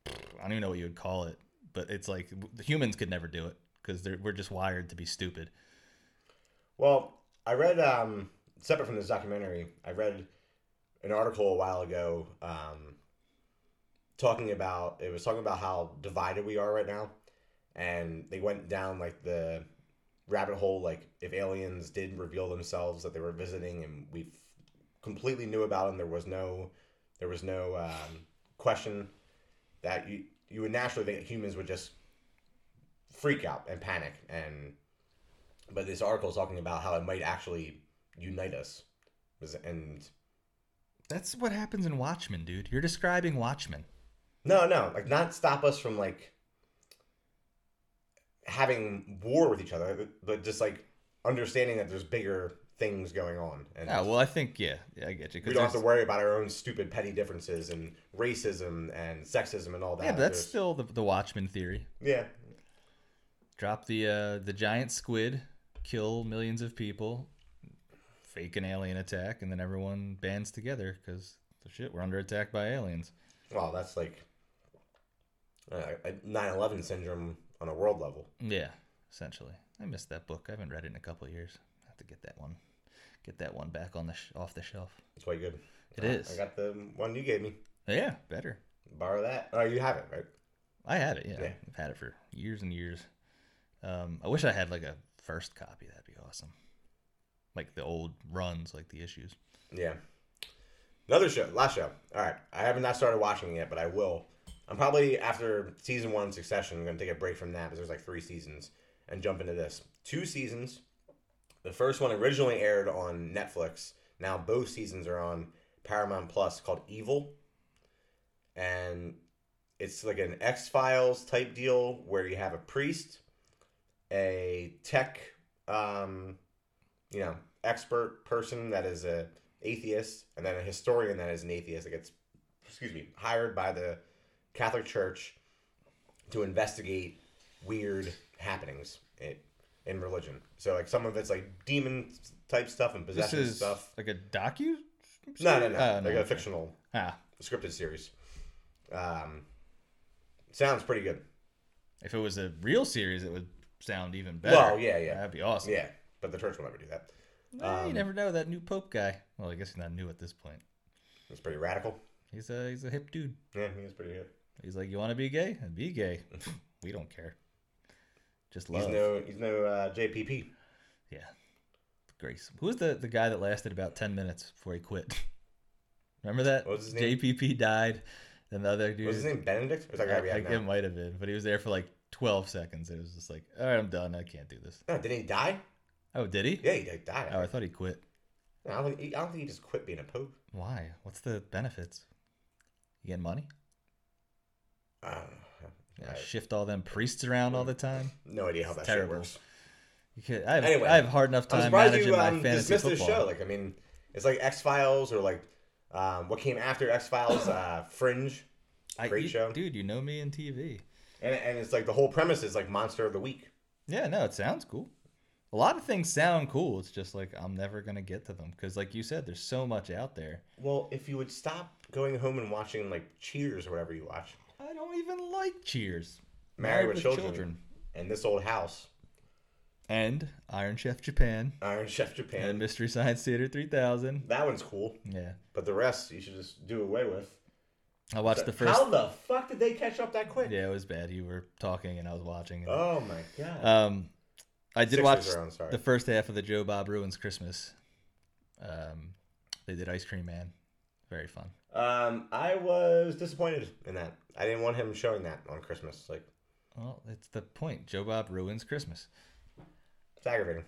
Speaker 1: I don't even know what you would call it, but it's like the humans could never do it because we're just wired to be stupid.
Speaker 2: Well, I read um, separate from this documentary. I read an article a while ago um, talking about it was talking about how divided we are right now, and they went down like the rabbit hole. Like if aliens did reveal themselves that they were visiting, and we f- completely knew about them, there was no there was no um, question that you you would naturally think humans would just freak out and panic and but this article is talking about how it might actually unite us Was- and
Speaker 1: That's what happens in Watchmen, dude. You're describing Watchmen.
Speaker 2: no no like not stop us from like having war with each other but just like understanding that there's bigger things going on and
Speaker 1: Oh, well, I think yeah, yeah I get you. 'cause
Speaker 2: we don't have to
Speaker 1: there's-
Speaker 2: worry about our own stupid petty differences and racism and sexism and all that
Speaker 1: yeah, but that's
Speaker 2: There's-
Speaker 1: still the, the Watchmen theory.
Speaker 2: yeah
Speaker 1: Drop the uh, the giant squid, kill millions of people, fake an alien attack, and then everyone bands together because shit, we're under attack by aliens.
Speaker 2: well that's like uh, a 9-11 syndrome on a world level
Speaker 1: Yeah, essentially. I missed that book. I haven't read it in a couple of years. I have to get that one. Get that one back on the sh- off the shelf.
Speaker 2: it's quite good
Speaker 1: It
Speaker 2: Uh,
Speaker 1: is.
Speaker 2: i got the one you gave me
Speaker 1: Yeah, better.
Speaker 2: borrow that oh you have it right
Speaker 1: I have it. Yeah,
Speaker 2: Yeah.
Speaker 1: I've had it for years and years. Um, I wish I had like a first copy. That'd be awesome. Like the old runs, like the issues.
Speaker 2: Yeah. Another show, last show. All right, I haven't not started watching it yet, but I will. I'm probably after season one Succession. I'm gonna take a break from that because there's like three seasons and jump into this. Two seasons. The first one originally aired on Netflix. Now both seasons are on Paramount Plus, called Evil, and it's like an X Files type deal where you have a priest, a tech um, you know, expert person that is a atheist, and then a historian that is an atheist that gets, excuse me, hired by the Catholic Church to investigate weird happenings in, in religion. So like some of it's like demon type stuff and
Speaker 1: This
Speaker 2: possession
Speaker 1: is
Speaker 2: stuff.
Speaker 1: like a docu.
Speaker 2: No, no, no,
Speaker 1: Oh,
Speaker 2: like a
Speaker 1: okay.
Speaker 2: fictional
Speaker 1: Ah,
Speaker 2: scripted series. Um, sounds pretty good.
Speaker 1: if it was a real series, it would sound even better.
Speaker 2: Well, yeah, yeah.
Speaker 1: that'd be awesome.
Speaker 2: Yeah, um, but the church will never do that.
Speaker 1: Eh, you never know that new pope guy. Well, I guess he's not new at this point.
Speaker 2: It's pretty radical.
Speaker 1: He's a he's a hip dude.
Speaker 2: Yeah, he was pretty good.
Speaker 1: He's like, "You want to be gay? Be gay. we don't care. Just love."
Speaker 2: He's no, he's no uh, JPP.
Speaker 1: yeah. Grace. Who was the the guy that lasted about ten minutes before he quit? Remember that?
Speaker 2: What was his name?
Speaker 1: JPP died. Then the other dude.
Speaker 2: Was his name Benedict? Or is that
Speaker 1: I
Speaker 2: gotta be out
Speaker 1: think
Speaker 2: now?
Speaker 1: it might have been, but he was there for like twelve seconds. It was just like, "All right, I'm done. I can't do this."
Speaker 2: No, didn't he die?
Speaker 1: Oh, did he?
Speaker 2: Yeah, he did die.
Speaker 1: Oh, I thought he quit.
Speaker 2: No, I, don't, think- I don't think he just quit being a pope.
Speaker 1: Why? What's the benefits? You getting money?
Speaker 2: I don't know.
Speaker 1: Yeah,
Speaker 2: I-
Speaker 1: shift all them priests around all the time.
Speaker 2: no idea how that
Speaker 1: terrible.
Speaker 2: shit works.
Speaker 1: You could, I, have,
Speaker 2: Anyway,
Speaker 1: I have a hard enough
Speaker 2: I'm
Speaker 1: time
Speaker 2: surprised
Speaker 1: managing
Speaker 2: you
Speaker 1: my
Speaker 2: um,
Speaker 1: fantasy
Speaker 2: dismissed this
Speaker 1: football.
Speaker 2: show. Like, I mean, it's like X Files or like um, what came after X Files, uh, Fringe,
Speaker 1: I-
Speaker 2: Great
Speaker 1: you-
Speaker 2: show.
Speaker 1: dude. You know me in TV.
Speaker 2: and and it's like the whole premise is like Monster of the Week.
Speaker 1: Yeah, no, it sounds cool. A lot of things sound cool. It's just like I'm never gonna get to them because, like you said, there's so much out there.
Speaker 2: Well, if you would stop going home and watching like Cheers or whatever you watch,
Speaker 1: I don't even like Cheers,
Speaker 2: Married with Children. and this old house,
Speaker 1: and Iron Chef Japan,
Speaker 2: Iron Chef Japan,
Speaker 1: and Mystery Science Theater 3000.
Speaker 2: that one's cool.
Speaker 1: Yeah,
Speaker 2: But the rest you should just do away with.
Speaker 1: I watched the first.
Speaker 2: How the fuck did they catch up that quick?
Speaker 1: Yeah, it was bad. You were talking and I was watching. and-
Speaker 2: Oh my god.
Speaker 1: Um, I did
Speaker 2: Sixers
Speaker 1: watch
Speaker 2: are on, sorry.
Speaker 1: the first half of the Joe Bob Ruins Christmas. Um, they did Ice Cream Man, very fun.
Speaker 2: Um, I was disappointed in that. I didn't want him showing that on Christmas. Like,
Speaker 1: Well, that's the point. Joe Bob ruins Christmas.
Speaker 2: It's aggravating.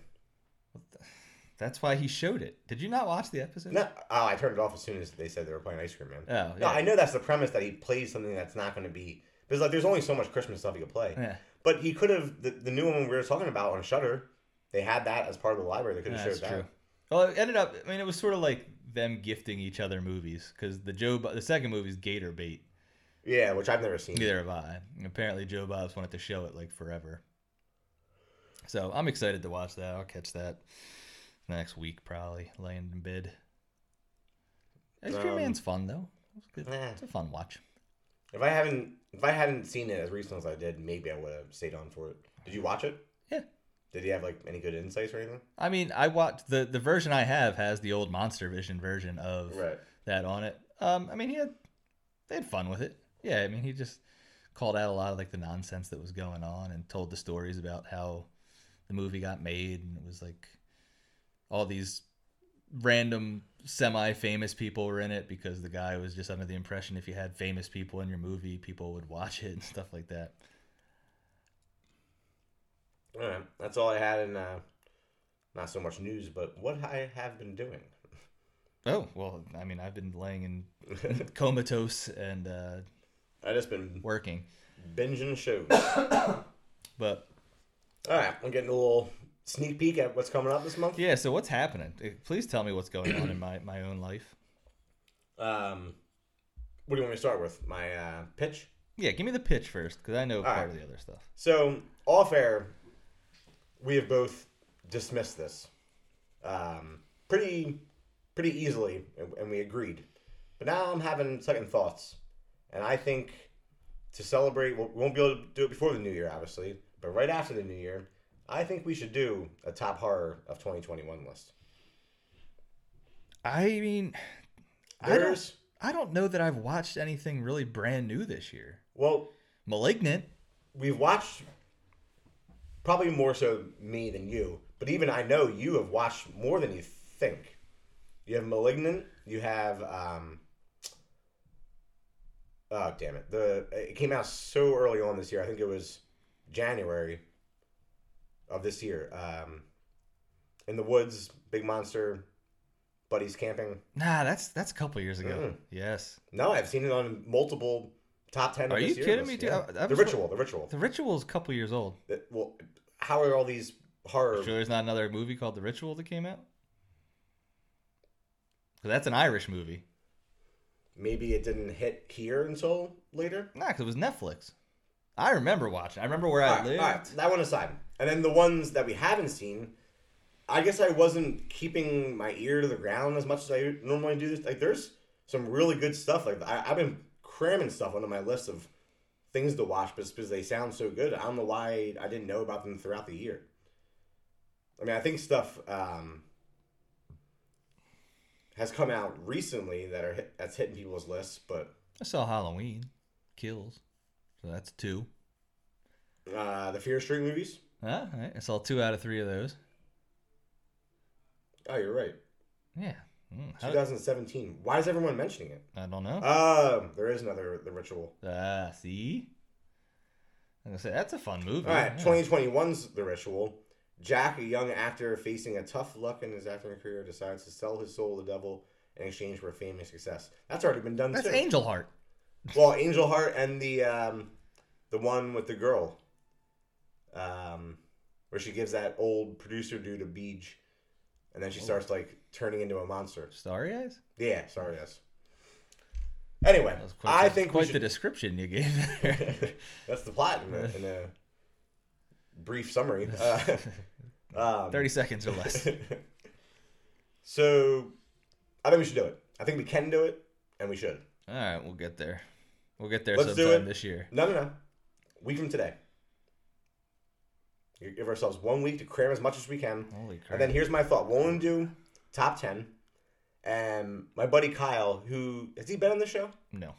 Speaker 1: That's why he showed it. Did you not watch the episode?
Speaker 2: No, oh, I turned it off as soon as they said they were playing Ice Cream Man.
Speaker 1: Oh,
Speaker 2: No,
Speaker 1: yeah.
Speaker 2: I know that's the premise that he plays something that's not going to be because like there's only so much Christmas stuff he could play.
Speaker 1: Yeah.
Speaker 2: But he could have the, the new one we were talking about on Shutter. They had that as part of the library. They could
Speaker 1: Yeah,
Speaker 2: have
Speaker 1: that's
Speaker 2: showed that.
Speaker 1: true. Well, it ended up. I mean, it was sort of like them gifting each other movies because the Joe, Bo- the second movie is Gator Bait.
Speaker 2: Yeah, which I've never seen.
Speaker 1: Neither have I. And apparently, Joe Bob's wanted to show it like forever. So I'm excited to watch that. I'll catch that next week, probably laying in bed. Ice Cream
Speaker 2: Um,
Speaker 1: Man's fun though. It's, good.
Speaker 2: Nah.
Speaker 1: it's a fun watch.
Speaker 2: If I haven't if I hadn't seen it as recently as I did, maybe I would have stayed on for it. Did you watch it?
Speaker 1: Yeah.
Speaker 2: Did he have like any good insights or anything?
Speaker 1: I mean, I watched the the version I have has the old Monster Vision version of
Speaker 2: Right.
Speaker 1: that on it. Um, I mean, he had they had fun with it. Yeah, I mean, he just called out a lot of like the nonsense that was going on and told the stories about how the movie got made and it was like all these random semi-famous people were in it because the guy was just under the impression if you had famous people in your movie, people would watch it and stuff like that.
Speaker 2: All right. That's all I had in uh, not so much news, but what I have been doing.
Speaker 1: Oh well, I mean, I've been laying in comatose and uh,
Speaker 2: I just been
Speaker 1: working,
Speaker 2: binging shows.
Speaker 1: but
Speaker 2: all right, I'm getting a little sneak peek at what's coming up this month.
Speaker 1: yeah. So what's happening? Eh, Please tell me what's going on in my my own life.
Speaker 2: Um, what do you want me to start with? My uh, pitch.
Speaker 1: Yeah, give me the pitch first because I know part
Speaker 2: right.
Speaker 1: of the other stuff.
Speaker 2: So off air, we have both dismissed this um, pretty pretty easily, and- and we agreed. But now I'm having second thoughts, and I think to celebrate, we won't be able to do it before the new year, obviously, but right after the new year, I think we should do a top horror of 2021 list.
Speaker 1: I mean, I don't,
Speaker 2: There's
Speaker 1: I don't know that I've watched anything really brand new this year.
Speaker 2: well,
Speaker 1: Malignant.
Speaker 2: we've watched probably more so me than you, but even I know you have watched more than you think. You have Malignant. You have um, oh damn it! The it came out so early on this year. I think it was January of this year. Um, in the woods, big monster, buddies camping.
Speaker 1: Nah, that's that's a couple years ago.
Speaker 2: Mm.
Speaker 1: Yes,
Speaker 2: No, I've seen it on multiple top ten. of
Speaker 1: Are
Speaker 2: this
Speaker 1: you
Speaker 2: year
Speaker 1: kidding
Speaker 2: lists,
Speaker 1: me, dude?
Speaker 2: yeah.
Speaker 1: I- I
Speaker 2: the
Speaker 1: was-
Speaker 2: ritual, the ritual.
Speaker 1: The Ritual's a couple years old.
Speaker 2: That- well, how are all these horror?
Speaker 1: Sure, there's not another movie called The Ritual that came out. 'Cause that's an Irish movie.
Speaker 2: Maybe it didn't hit here until later.
Speaker 1: Nah, 'cause it was Netflix. I remember watching. I remember where
Speaker 2: All
Speaker 1: I
Speaker 2: right, all
Speaker 1: lived.
Speaker 2: right, that one aside. And then the ones that we haven't seen, I guess I wasn't keeping my ear to the ground as much as I normally do. Like, there's some really good stuff. Like, I, I've been cramming stuff onto my list of things to watch, but it's because they sound so good. I don't know why I didn't know about them throughout the year. I mean, I think stuff um, has come out recently that are hit, that's hitting people's lists, but
Speaker 1: I saw Halloween Kills, so that's two.
Speaker 2: uh, the Fear Street movies.
Speaker 1: Ah, all right. I saw two out of three of those.
Speaker 2: Oh, you're right.
Speaker 1: Yeah. Mm, how-
Speaker 2: 2017. Why is everyone mentioning it?
Speaker 1: I don't know.
Speaker 2: Oh, there is another the ritual.
Speaker 1: Ah, see. I'm gonna say that's a fun movie.
Speaker 2: All right,
Speaker 1: Oh, yeah.
Speaker 2: 2021's the ritual. Jack, a young actor facing a tough luck in his acting career, decides to sell his soul to the devil in exchange for fame and success. That's already been done
Speaker 1: That's
Speaker 2: too.
Speaker 1: Angel Heart.
Speaker 2: well, Angel Heart and the um, the one with the girl, um, where she gives that old producer dude a beach, and then
Speaker 1: Oh.
Speaker 2: she starts like turning into a monster.
Speaker 1: Starry Eyes.
Speaker 2: Yeah, sorry, yes. Anyway,
Speaker 1: That was quite
Speaker 2: I
Speaker 1: the,
Speaker 2: think we
Speaker 1: quite
Speaker 2: should
Speaker 1: the description you gave. There.
Speaker 2: That's the plot in a, in a brief summary. Uh, um,
Speaker 1: Thirty seconds or less.
Speaker 2: so, I think we should do it. I think we can do it, and we should.
Speaker 1: All right, we'll get there. We'll get there
Speaker 2: Let's do
Speaker 1: sometime
Speaker 2: it.
Speaker 1: this year.
Speaker 2: No, no, no. Week from today. We give ourselves one week to cram as much as we can.
Speaker 1: Holy crap!
Speaker 2: And then here's my thought. We'll only do top 10. And my buddy Kyle, who has he been on the show?
Speaker 1: no.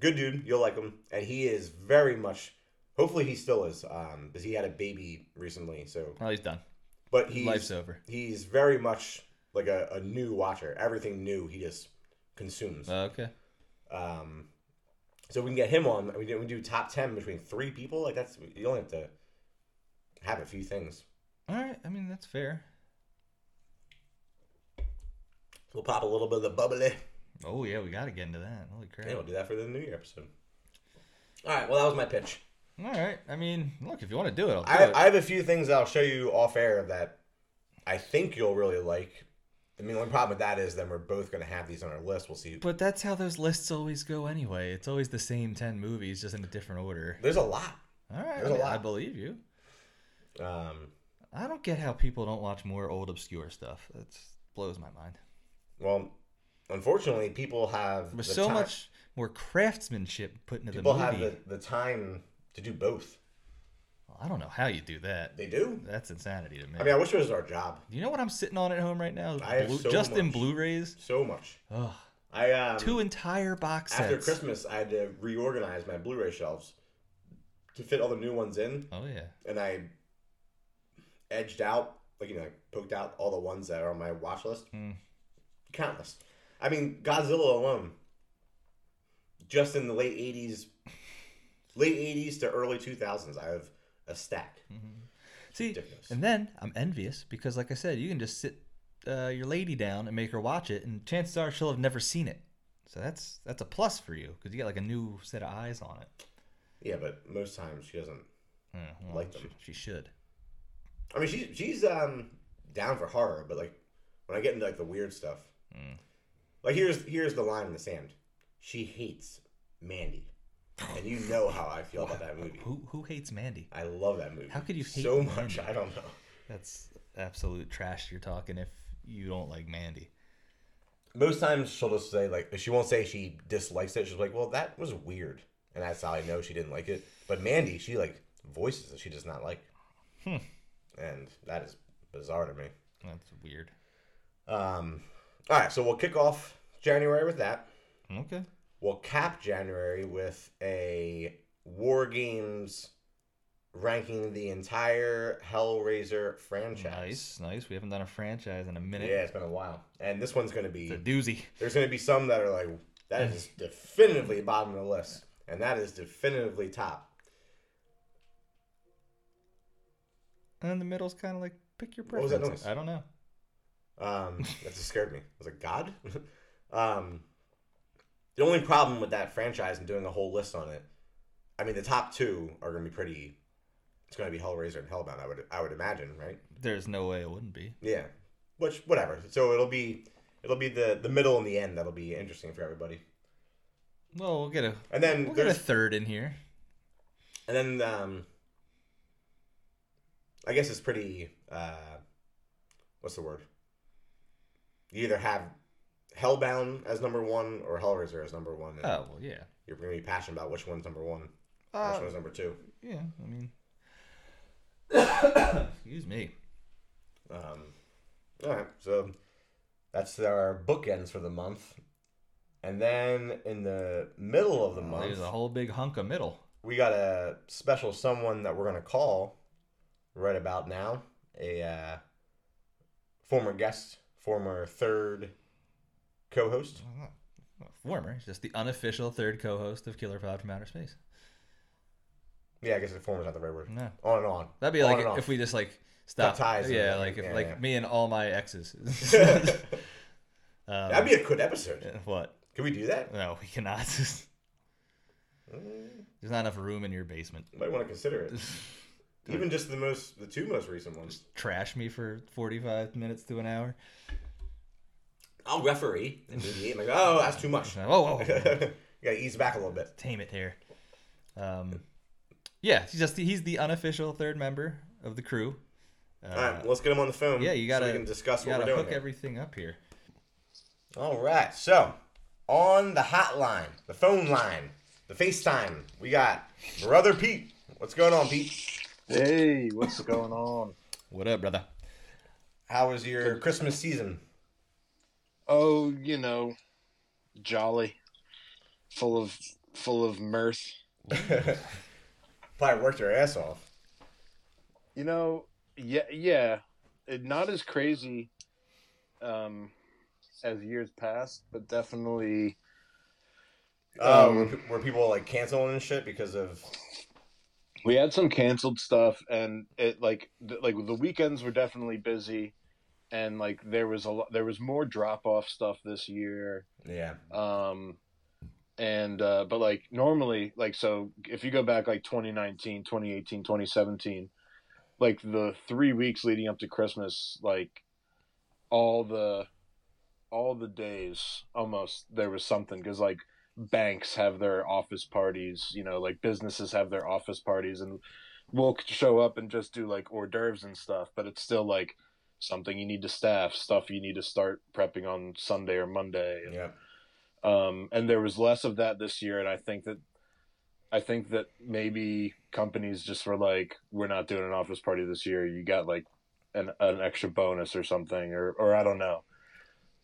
Speaker 2: good dude. You'll like him, and he is very much. Hopefully, he still is, um, because he had a baby recently. So,
Speaker 1: Well, he's done.
Speaker 2: but he's
Speaker 1: Life's over.
Speaker 2: he's very much like a, a new watcher. Everything new, he just consumes.
Speaker 1: Uh, okay.
Speaker 2: Um, so we can get him on. We do, we do top ten between three people. Like that's you only have to have a few things.
Speaker 1: All right. I mean, that's fair.
Speaker 2: We'll pop a little bit of the bubbly.
Speaker 1: Oh yeah, we got to get into that. Holy crap.
Speaker 2: Yeah, we'll do that for the New Year episode. All right. Well, that was my pitch.
Speaker 1: All right. I mean, look, if you want to do it, I'll do
Speaker 2: I,
Speaker 1: it.
Speaker 2: I have a few things I'll show you off air that I think you'll really like. I mean, the only problem with that is then we're both going to have these on our list. We'll see.
Speaker 1: But that's how those lists always go anyway. It's always the same 10 movies, just in a different order.
Speaker 2: There's a lot.
Speaker 1: All right.
Speaker 2: There's
Speaker 1: I,
Speaker 2: a
Speaker 1: mean,
Speaker 2: lot.
Speaker 1: I believe you.
Speaker 2: Um,
Speaker 1: I don't get how people don't watch more old, obscure stuff. That blows my mind.
Speaker 2: well, unfortunately, people have
Speaker 1: There's
Speaker 2: the
Speaker 1: so
Speaker 2: ti-
Speaker 1: much more craftsmanship put into
Speaker 2: People
Speaker 1: the
Speaker 2: have
Speaker 1: movie.
Speaker 2: the, the time to do both.
Speaker 1: Well, I don't know how you do that.
Speaker 2: They do.
Speaker 1: That's insanity to me.
Speaker 2: I mean, I wish it was our job
Speaker 1: you know what I'm sitting on at home right now?
Speaker 2: I have so
Speaker 1: just in
Speaker 2: much.
Speaker 1: Blu-rays.
Speaker 2: so much.
Speaker 1: Ugh.
Speaker 2: I um,
Speaker 1: Two entire box sets.
Speaker 2: after Christmas, I had to reorganize my Blu-ray shelves to fit all the new ones in,
Speaker 1: Oh yeah.
Speaker 2: and I edged out, like you know, like, poked out all the ones that are on my watch list.
Speaker 1: Hmm.
Speaker 2: Countless. I mean, Godzilla alone, just in the late '80s, late '80s to early 2000s, I have a stack.
Speaker 1: See,
Speaker 2: ridiculous.
Speaker 1: and then I'm envious because, like I said, you can just sit uh, your lady down and make her watch it, and chances are she'll have never seen it. So that's that's a plus for you because you get like a new set of eyes on it.
Speaker 2: Yeah, but most times she doesn't.
Speaker 1: Yeah, well,
Speaker 2: Like
Speaker 1: she-
Speaker 2: them.
Speaker 1: She, should.
Speaker 2: I mean, she's she's um down for horror, but like when I get into like the weird stuff, like here's here's the line in the sand. She hates Mandy, and you know how I feel about that movie.
Speaker 1: Who who hates Mandy?
Speaker 2: I love that movie.
Speaker 1: How could you hate
Speaker 2: so much?
Speaker 1: Mandy?
Speaker 2: I don't know.
Speaker 1: That's absolute trash you're talking if you don't like Mandy.
Speaker 2: Most times she'll just say like she won't say she dislikes it. She's like, well, that was weird, and that's how I know she didn't like it. But Mandy, she like voices that she does not like,
Speaker 1: Hmm.
Speaker 2: and that is bizarre to me.
Speaker 1: That's weird.
Speaker 2: Um, all right, so we'll kick off January with that.
Speaker 1: Okay.
Speaker 2: we'll cap January with a War Games ranking the entire Hellraiser franchise.
Speaker 1: Nice, nice. We haven't done a franchise in a minute.
Speaker 2: Yeah, it's been a while, and this one's going to be.
Speaker 1: It's a doozy.
Speaker 2: There's going to be some that are like that is definitively bottom of the list, and that is definitively top.
Speaker 1: And then the middle's kind of like pick your
Speaker 2: What was
Speaker 1: preference.
Speaker 2: that noise?
Speaker 1: I don't know.
Speaker 2: Um, that just scared me. I was like, God. um, the only problem with that franchise and doing a whole list on it, I mean, the top two are going to be pretty. It's going to be Hellraiser and Hellbound. I would I would imagine, right?
Speaker 1: There's no way it wouldn't be.
Speaker 2: Yeah. Which whatever. So it'll be it'll be the the middle and the end that'll be interesting for everybody.
Speaker 1: Well, we'll get a
Speaker 2: And then
Speaker 1: we'll get a
Speaker 2: there's
Speaker 1: third in here.
Speaker 2: and then um I guess it's pretty uh what's the word? You either have Hellbound as number one or Hellraiser as number one. And
Speaker 1: Oh well, yeah,
Speaker 2: You're gonna be passionate about which one's number one,
Speaker 1: Uh,
Speaker 2: which one's number two.
Speaker 1: yeah. I mean, excuse me.
Speaker 2: Um, all right, so that's our bookends for the month, and then in the middle of the month,
Speaker 1: Oh, There's a whole big hunk of middle.
Speaker 2: we got a special someone that we're gonna call right about now. A uh, former guest, former third co-host.
Speaker 1: Former, he's just the unofficial third co-host of Killer Pod from Outer Space.
Speaker 2: Yeah, I guess the former's not the right word.
Speaker 1: No,
Speaker 2: On and on.
Speaker 1: that'd be
Speaker 2: On
Speaker 1: like
Speaker 2: and off.
Speaker 1: if we just like stop.
Speaker 2: Cut ties and
Speaker 1: yeah,
Speaker 2: everything.
Speaker 1: like if
Speaker 2: Yeah,
Speaker 1: like
Speaker 2: yeah.
Speaker 1: me and all my exes. um,
Speaker 2: That'd be a good episode.
Speaker 1: what?
Speaker 2: Can we do that?
Speaker 1: No, we cannot. There's
Speaker 2: Mm.
Speaker 1: not enough room in your basement.
Speaker 2: You might want to consider it. Even just the most, the two most recent ones.
Speaker 1: Trash me for 45 minutes to an hour.
Speaker 2: I'll referee and mediate. Like, oh, that's too much.
Speaker 1: Oh, whoa, whoa,
Speaker 2: you
Speaker 1: whoa.
Speaker 2: gotta ease back a little bit.
Speaker 1: tame it here. Um, yeah, he's just he's the unofficial third member of the crew. Uh,
Speaker 2: All right, let's get him on the phone.
Speaker 1: yeah, you gotta
Speaker 2: so we can discuss
Speaker 1: you
Speaker 2: what
Speaker 1: gotta
Speaker 2: we're doing.
Speaker 1: hook
Speaker 2: here.
Speaker 1: everything up here.
Speaker 2: All right, so on the hotline, the phone line, the FaceTime, we got brother Pete. What's going on, Pete?
Speaker 3: Hey, what's going on?
Speaker 1: What up, brother?
Speaker 2: How was your Christmas season?
Speaker 3: Oh, you know, jolly, full of full of mirth.
Speaker 2: Probably worked your ass off.
Speaker 3: You know, yeah, yeah, it- not as crazy um, as years past, but definitely.
Speaker 2: Uh,
Speaker 3: Um,
Speaker 2: Um, were, pe- were people like canceling and shit because of
Speaker 3: we had some canceled stuff, and it like th- like the weekends were definitely busy, and like there was a lot, there was more drop off stuff this year.
Speaker 2: Yeah.
Speaker 3: Um, and uh, but like normally, like so, if you go back like 2019, 2018, 2017, like the three weeks leading up to Christmas, like all the all the days almost there was something because like banks have their office parties, you know, like businesses have their office parties, and we'll show up and just do like hors d'oeuvres and stuff, but it's still like something you need to staff, stuff you need to start prepping on Sunday or Monday, and
Speaker 2: Yeah.
Speaker 3: um, and there was less of that this year and i think that i think that maybe companies just were like we're not doing an office party this year you got like an, an extra bonus or something or, or i don't know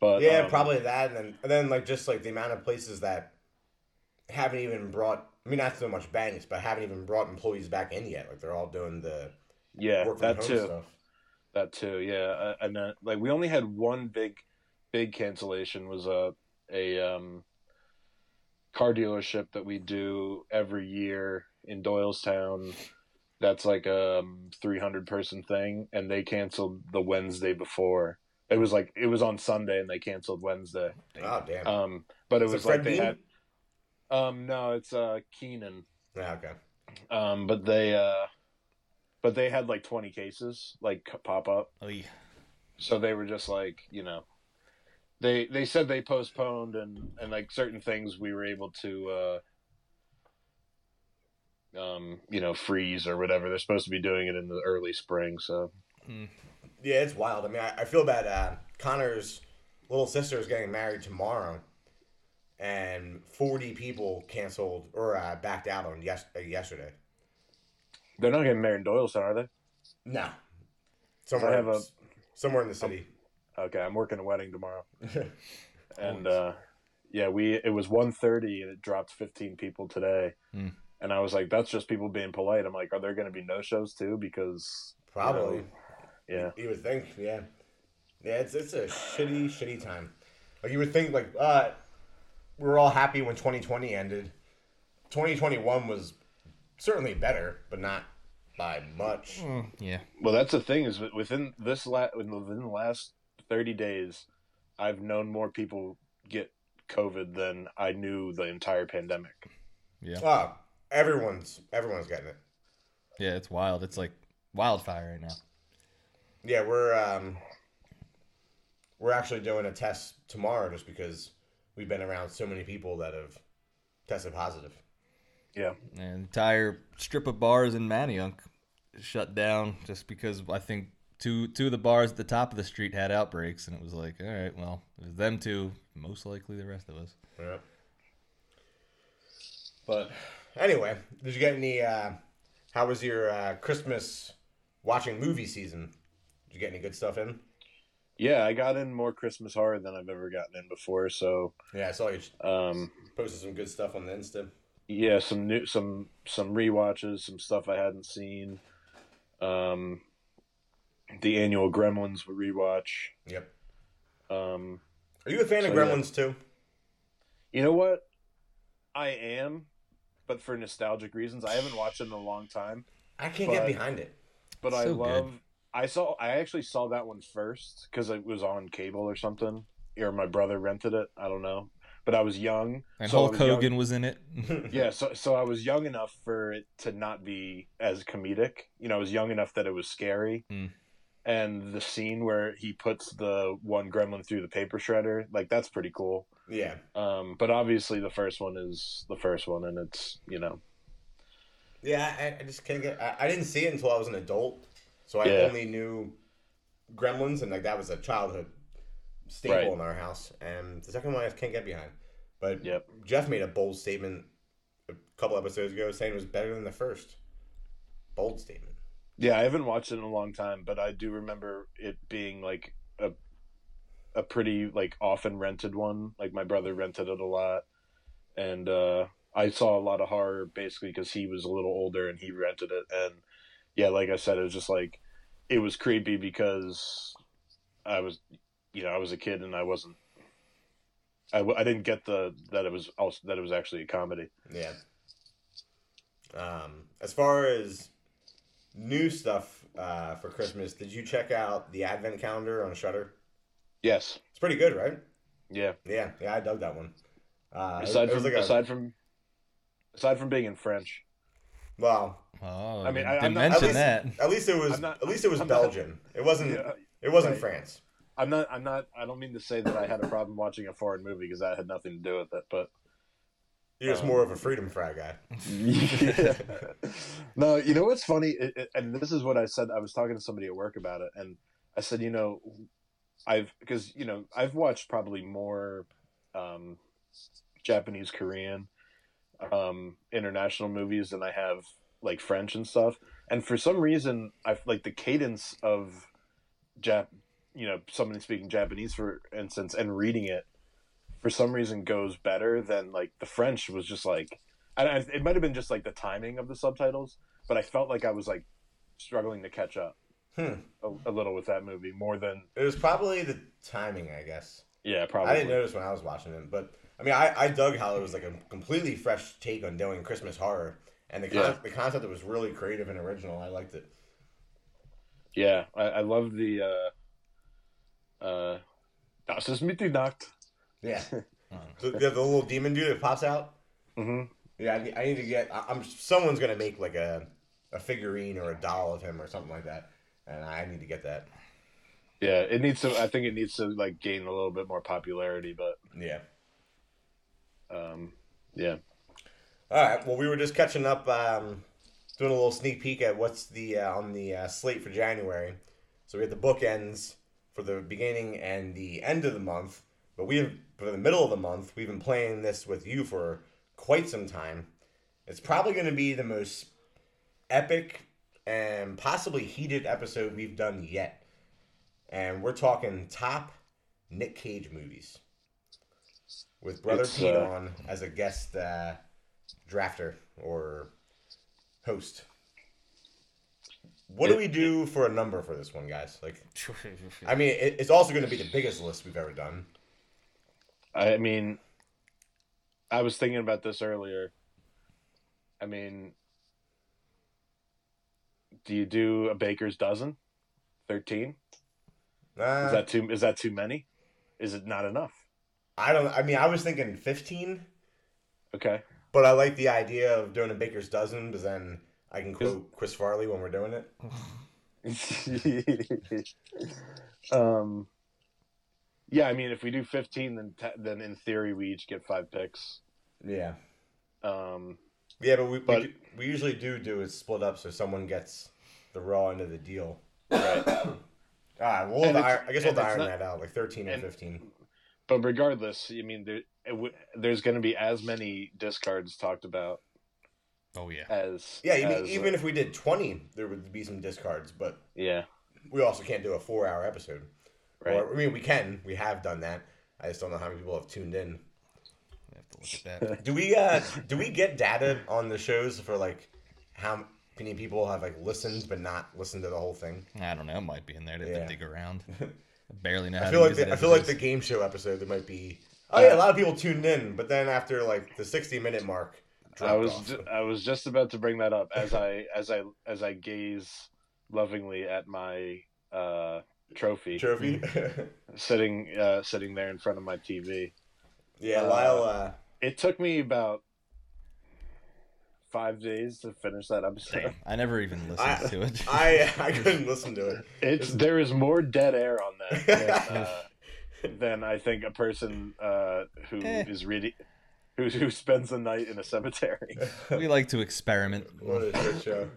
Speaker 3: but
Speaker 2: yeah,
Speaker 3: um,
Speaker 2: probably that, and then and then like just like the amount of places that haven't even brought. I mean, not so much banks, but haven't even brought employees back in yet. Like they're all doing the
Speaker 3: yeah
Speaker 2: work from
Speaker 3: that
Speaker 2: home
Speaker 3: too
Speaker 2: stuff.
Speaker 3: that too yeah Uh, and uh, like we only had one big big cancellation was a a um car dealership that we do every year in doylestown that's like a 300 person thing and they canceled the wednesday before it was like it was on sunday and they canceled wednesday
Speaker 2: Oh damn!
Speaker 3: um but it
Speaker 2: So
Speaker 3: was
Speaker 2: Fred
Speaker 3: like they
Speaker 2: Bean?
Speaker 3: had um no it's uh keenan
Speaker 2: Yeah, okay.
Speaker 3: um but they uh but they had like 20 cases like pop up
Speaker 1: Oy.
Speaker 3: so they were just like you know they they said they postponed and and like certain things we were able to uh um you know freeze or whatever they're supposed to be doing it in the early spring so
Speaker 2: Yeah, it's wild. I mean, I, I feel bad. Uh, Connor's little sister is getting married tomorrow, and forty people canceled or uh, backed out on yes uh, yesterday.
Speaker 3: they're not getting married in doylestown are they
Speaker 2: No, somewhere
Speaker 3: have a-
Speaker 2: somewhere in the city.
Speaker 3: okay i'm working a wedding tomorrow and uh yeah we it was 1.30 and it dropped 15 people today
Speaker 1: Hmm.
Speaker 3: and i was like that's just people being polite i'm like are there going to be no shows too because you know,
Speaker 2: Probably.
Speaker 3: yeah
Speaker 2: You would think, yeah, yeah. It's it's a shitty, shitty time. Like you would think, like uh, we were all happy when 2020 ended. 2021 was certainly better, but not by much.
Speaker 1: Mm, yeah.
Speaker 3: Well, that's the thing is that within this la- within the last thirty days, I've known more people get COVID than I knew the entire pandemic.
Speaker 2: Oh, everyone's everyone's getting it.
Speaker 1: Yeah, it's wild. It's like wildfire right now.
Speaker 2: Yeah, we're um, we're actually doing a test tomorrow just because we've been around so many people that have tested positive.
Speaker 3: Yeah,
Speaker 1: An entire strip of bars in Maniunk shut down just because I think two two of the bars at the top of the street had outbreaks, and it was like, all right, well, it was them two, most likely the rest of us.
Speaker 2: Yeah. But anyway, did you get any? Uh, how was your uh, Christmas watching movie season? Did you get any good stuff in?
Speaker 3: yeah, I got in more Christmas horror than I've ever gotten in before. So,
Speaker 2: Yeah, I saw you
Speaker 3: um,
Speaker 2: posted some good stuff on the Insta.
Speaker 3: yeah, some new, some some rewatches, some stuff I hadn't seen. Um, the annual Gremlins rewatch.
Speaker 2: Yep.
Speaker 3: Um,
Speaker 2: Are you a fan of
Speaker 3: So, yeah.
Speaker 2: Gremlins too?
Speaker 3: You know what? I am, but for nostalgic reasons, I haven't watched it in a long time.
Speaker 2: I can't
Speaker 3: But-
Speaker 2: get behind it.
Speaker 3: But I
Speaker 1: So good.
Speaker 3: love. I saw. I actually saw that one first because it was on cable or something, or my brother rented it. I don't know. But I was young.
Speaker 1: And
Speaker 3: so I
Speaker 1: Hulk
Speaker 3: was young-
Speaker 1: Hogan was in it.
Speaker 3: yeah, so so I was young enough for it to not be as comedic. You know, I was young enough that it was scary.
Speaker 1: Mm.
Speaker 3: And the scene where he puts the one gremlin through the paper shredder, like that's pretty cool.
Speaker 2: Yeah.
Speaker 3: Um, but obviously the first one is the first one, and it's you know
Speaker 2: Yeah, I, I just can't get. I, I didn't see it until I was an adult, so I
Speaker 3: Yeah.
Speaker 2: only knew Gremlins, and like that was a childhood staple
Speaker 3: Right.
Speaker 2: in our house. And the second one I just can't get behind. But
Speaker 3: Yep.
Speaker 2: Jeff made a bold statement a couple episodes ago saying it was better than the first. Bold statement.
Speaker 3: yeah I haven't watched it in a long time, but I do remember it being like a a pretty like often rented one. Like my brother rented it a lot, and uh, I saw a lot of horror basically because he was a little older and he rented it. And yeah, like I said, it was just like it was creepy because I was you know I was a kid and I wasn't. I, w- I didn't get the that it was also that it was actually a comedy.
Speaker 2: Yeah. Um, as far as new stuff uh, for Christmas, did you check out the advent calendar on Shutter?
Speaker 3: Yes.
Speaker 2: It's pretty good, right?
Speaker 3: Yeah.
Speaker 2: Yeah, yeah, I dug that one. Uh, it-
Speaker 3: aside
Speaker 2: it was
Speaker 3: from
Speaker 2: like a-
Speaker 3: aside from aside from being in French.
Speaker 2: well,
Speaker 1: Oh,
Speaker 3: I mean, I-
Speaker 1: didn't
Speaker 3: I'm not-
Speaker 1: mention
Speaker 2: I was-
Speaker 1: that.
Speaker 2: at least it was
Speaker 3: I'm not-
Speaker 2: at least it was
Speaker 3: I'm not-
Speaker 2: Belgian. it wasn't
Speaker 3: Yeah,
Speaker 2: it wasn't
Speaker 3: right.
Speaker 2: France.
Speaker 3: I'm not. I'm not. I don't mean to say that I had a problem watching a foreign movie because that had nothing to do with it. But
Speaker 2: You're just
Speaker 3: Um,
Speaker 2: more of a freedom fry guy.
Speaker 3: no, you know what's funny, It- it- and this is what I said. I was talking to somebody at work about it, and I said, you know, I've because you know I've watched probably more um, Japanese, Korean, um, international movies than I have like French and stuff. And for some reason, I've like the cadence of Jap, you know, somebody speaking Japanese, for instance, and reading it. For some reason, goes better than like the French was just like I, I- it might have been just like the timing of the subtitles, but I felt like I was like struggling to catch up
Speaker 2: Hmm.
Speaker 3: a, a little with that movie more than
Speaker 2: It was probably the timing, I guess.
Speaker 3: yeah, probably.
Speaker 2: I didn't notice when I was watching it, but I mean, I, I dug how it was like a completely fresh take on doing Christmas horror, and the con-
Speaker 3: Yeah.
Speaker 2: the concept was really creative and original. I liked it.
Speaker 3: Yeah, I, I love the uh, uh, Das ist Mitternacht.
Speaker 2: Yeah,
Speaker 1: Oh.
Speaker 2: the, the, the little demon dude that pops out.
Speaker 3: hmm
Speaker 2: Yeah, I need, I need to get. I, I'm someone's gonna make like a a figurine or a doll of him or something like that, and I need to get that.
Speaker 3: Yeah, it needs to. I think it needs to like gain a little bit more popularity, but
Speaker 2: Yeah.
Speaker 3: um, yeah,
Speaker 2: All right. Well, we were just catching up, um, doing a little sneak peek at what's the uh, on the uh, slate for January. So we have the bookends for the beginning and the end of the month, but we have for the middle of the month. We've been playing this with you for quite some time. It's probably going to be the most epic and possibly heated episode we've done yet, and we're talking top Nick Cage movies with brother
Speaker 3: It's,
Speaker 2: Pete
Speaker 3: uh,
Speaker 2: on as a guest. Uh, drafter or host. What do
Speaker 3: It-
Speaker 2: we do for a number for this one, guys? Like, I mean, it, it's also going to be the biggest list we've ever done.
Speaker 3: I mean, I was thinking about this earlier. I mean, do you do a baker's dozen? Thirteen?
Speaker 2: Uh,
Speaker 3: Is that too? Is that too many? Is it not enough?
Speaker 2: I don't. I mean, I was thinking fifteen,
Speaker 3: Okay.
Speaker 2: but I like the idea of doing a baker's dozen because then I can quote Chris Farley when we're doing it.
Speaker 3: um, yeah, I mean, if we do fifteen, then te- then in theory we each get five picks.
Speaker 2: Yeah,
Speaker 3: Um,
Speaker 2: yeah, but we
Speaker 3: But-
Speaker 2: we, do, we usually do do it split up so someone gets the raw end of the deal. All right, we'll
Speaker 3: And
Speaker 2: I,
Speaker 3: it's-
Speaker 2: I guess we'll
Speaker 3: and it's
Speaker 2: iron
Speaker 3: not-
Speaker 2: that out, like thirteen
Speaker 3: and-
Speaker 2: or fifteen.
Speaker 3: but regardless, I mean, there it w- there's going to be as many discards talked about
Speaker 1: oh yeah.
Speaker 3: as
Speaker 2: Yeah, I mean,
Speaker 3: as, uh,
Speaker 2: even if we did twenty, there would be some discards, but
Speaker 3: yeah,
Speaker 2: we also can't do a four hour episode.
Speaker 3: right.
Speaker 2: Or, I mean, we can. We have done that. I just don't know how many people have tuned in.
Speaker 1: I have to look at that.
Speaker 2: Do we uh do we get data on the shows for like how many people have like listened but not listened to the whole thing?
Speaker 1: I don't know. It might be in there. They
Speaker 2: Yeah.
Speaker 1: have to dig around. I barely know. How
Speaker 2: I
Speaker 1: to
Speaker 2: feel like
Speaker 1: use it
Speaker 2: the, I
Speaker 1: as
Speaker 2: feel
Speaker 1: it
Speaker 2: like
Speaker 1: is.
Speaker 2: the game show episode there might be oh yeah a lot of people tuned in but then after like the sixty minute mark
Speaker 3: I was
Speaker 2: off.
Speaker 3: ju- I was just about to bring that up as I as I as I gaze lovingly at my uh trophy
Speaker 2: trophy.
Speaker 3: hmm. sitting uh sitting there in front of my TV.
Speaker 2: yeah,
Speaker 3: Uh,
Speaker 2: Lyle. Uh,
Speaker 3: It took me about 5 days to finish that episode.
Speaker 1: Same. I never even listened
Speaker 2: I-
Speaker 1: to it.
Speaker 2: I I couldn't listen to it.
Speaker 3: It's there is more dead air on that than, uh, than I think a person uh who
Speaker 1: Eh.
Speaker 3: is reading who who spends the night in a cemetery.
Speaker 2: Eh.
Speaker 1: we like to experiment.
Speaker 2: What a shit show.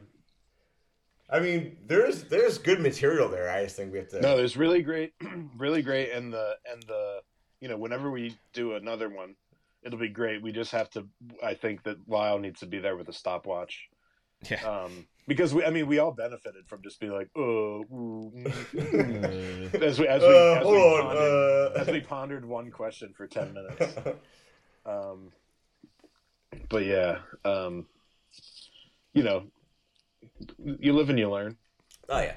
Speaker 2: I mean, there's there's good material there. I just think we have to.
Speaker 3: No, there's really great, really great, and the and the you know whenever we do another one, it'll be great. We just have to. I think that Lyle needs to be there with a stopwatch,
Speaker 1: Yeah.
Speaker 3: um, because we. I mean, we all benefited from just being like, oh, ooh, mm, mm."
Speaker 1: Uh,
Speaker 3: as we as we,
Speaker 2: Uh,
Speaker 3: as, we
Speaker 2: hold on.
Speaker 3: pondered,
Speaker 2: uh,
Speaker 3: as we pondered one question for ten minutes. Um, but yeah, um, you know, you live and you learn.
Speaker 2: oh yeah,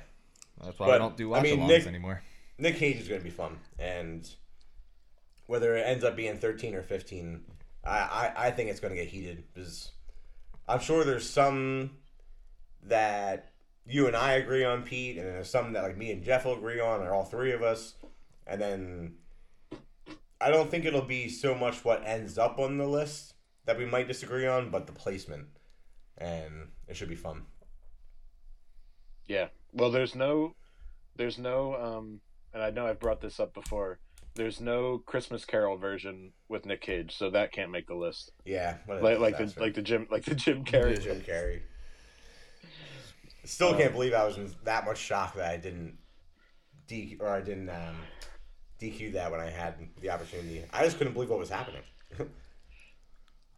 Speaker 1: that's why
Speaker 2: But,
Speaker 1: I don't do
Speaker 2: I
Speaker 1: watch
Speaker 2: mean,
Speaker 1: alongs
Speaker 2: Nick-
Speaker 1: anymore.
Speaker 2: Nick Cage is going to be fun, and whether it ends up being thirteen or fifteen, I I, I think it's going to get heated because I'm sure there's some that you and I agree on, Pete, and there's some that like me and Jeff will agree on, or all three of us. And then I don't think it'll be so much what ends up on the list that we might disagree on, but the placement. And it should be fun.
Speaker 3: Yeah. Well, there's no, there's no, um, and I know I've brought this up before. There's no Christmas Carol version with Nick Cage, so that can't make the list.
Speaker 2: Yeah, what a
Speaker 3: Like, like the
Speaker 2: disaster.
Speaker 3: like the Jim like the Jim Carrey.
Speaker 2: Jim Carrey. Still can't believe I was in that much shock that I didn't DQ or I didn't um, DQ that when I had the opportunity. I just couldn't believe what was happening.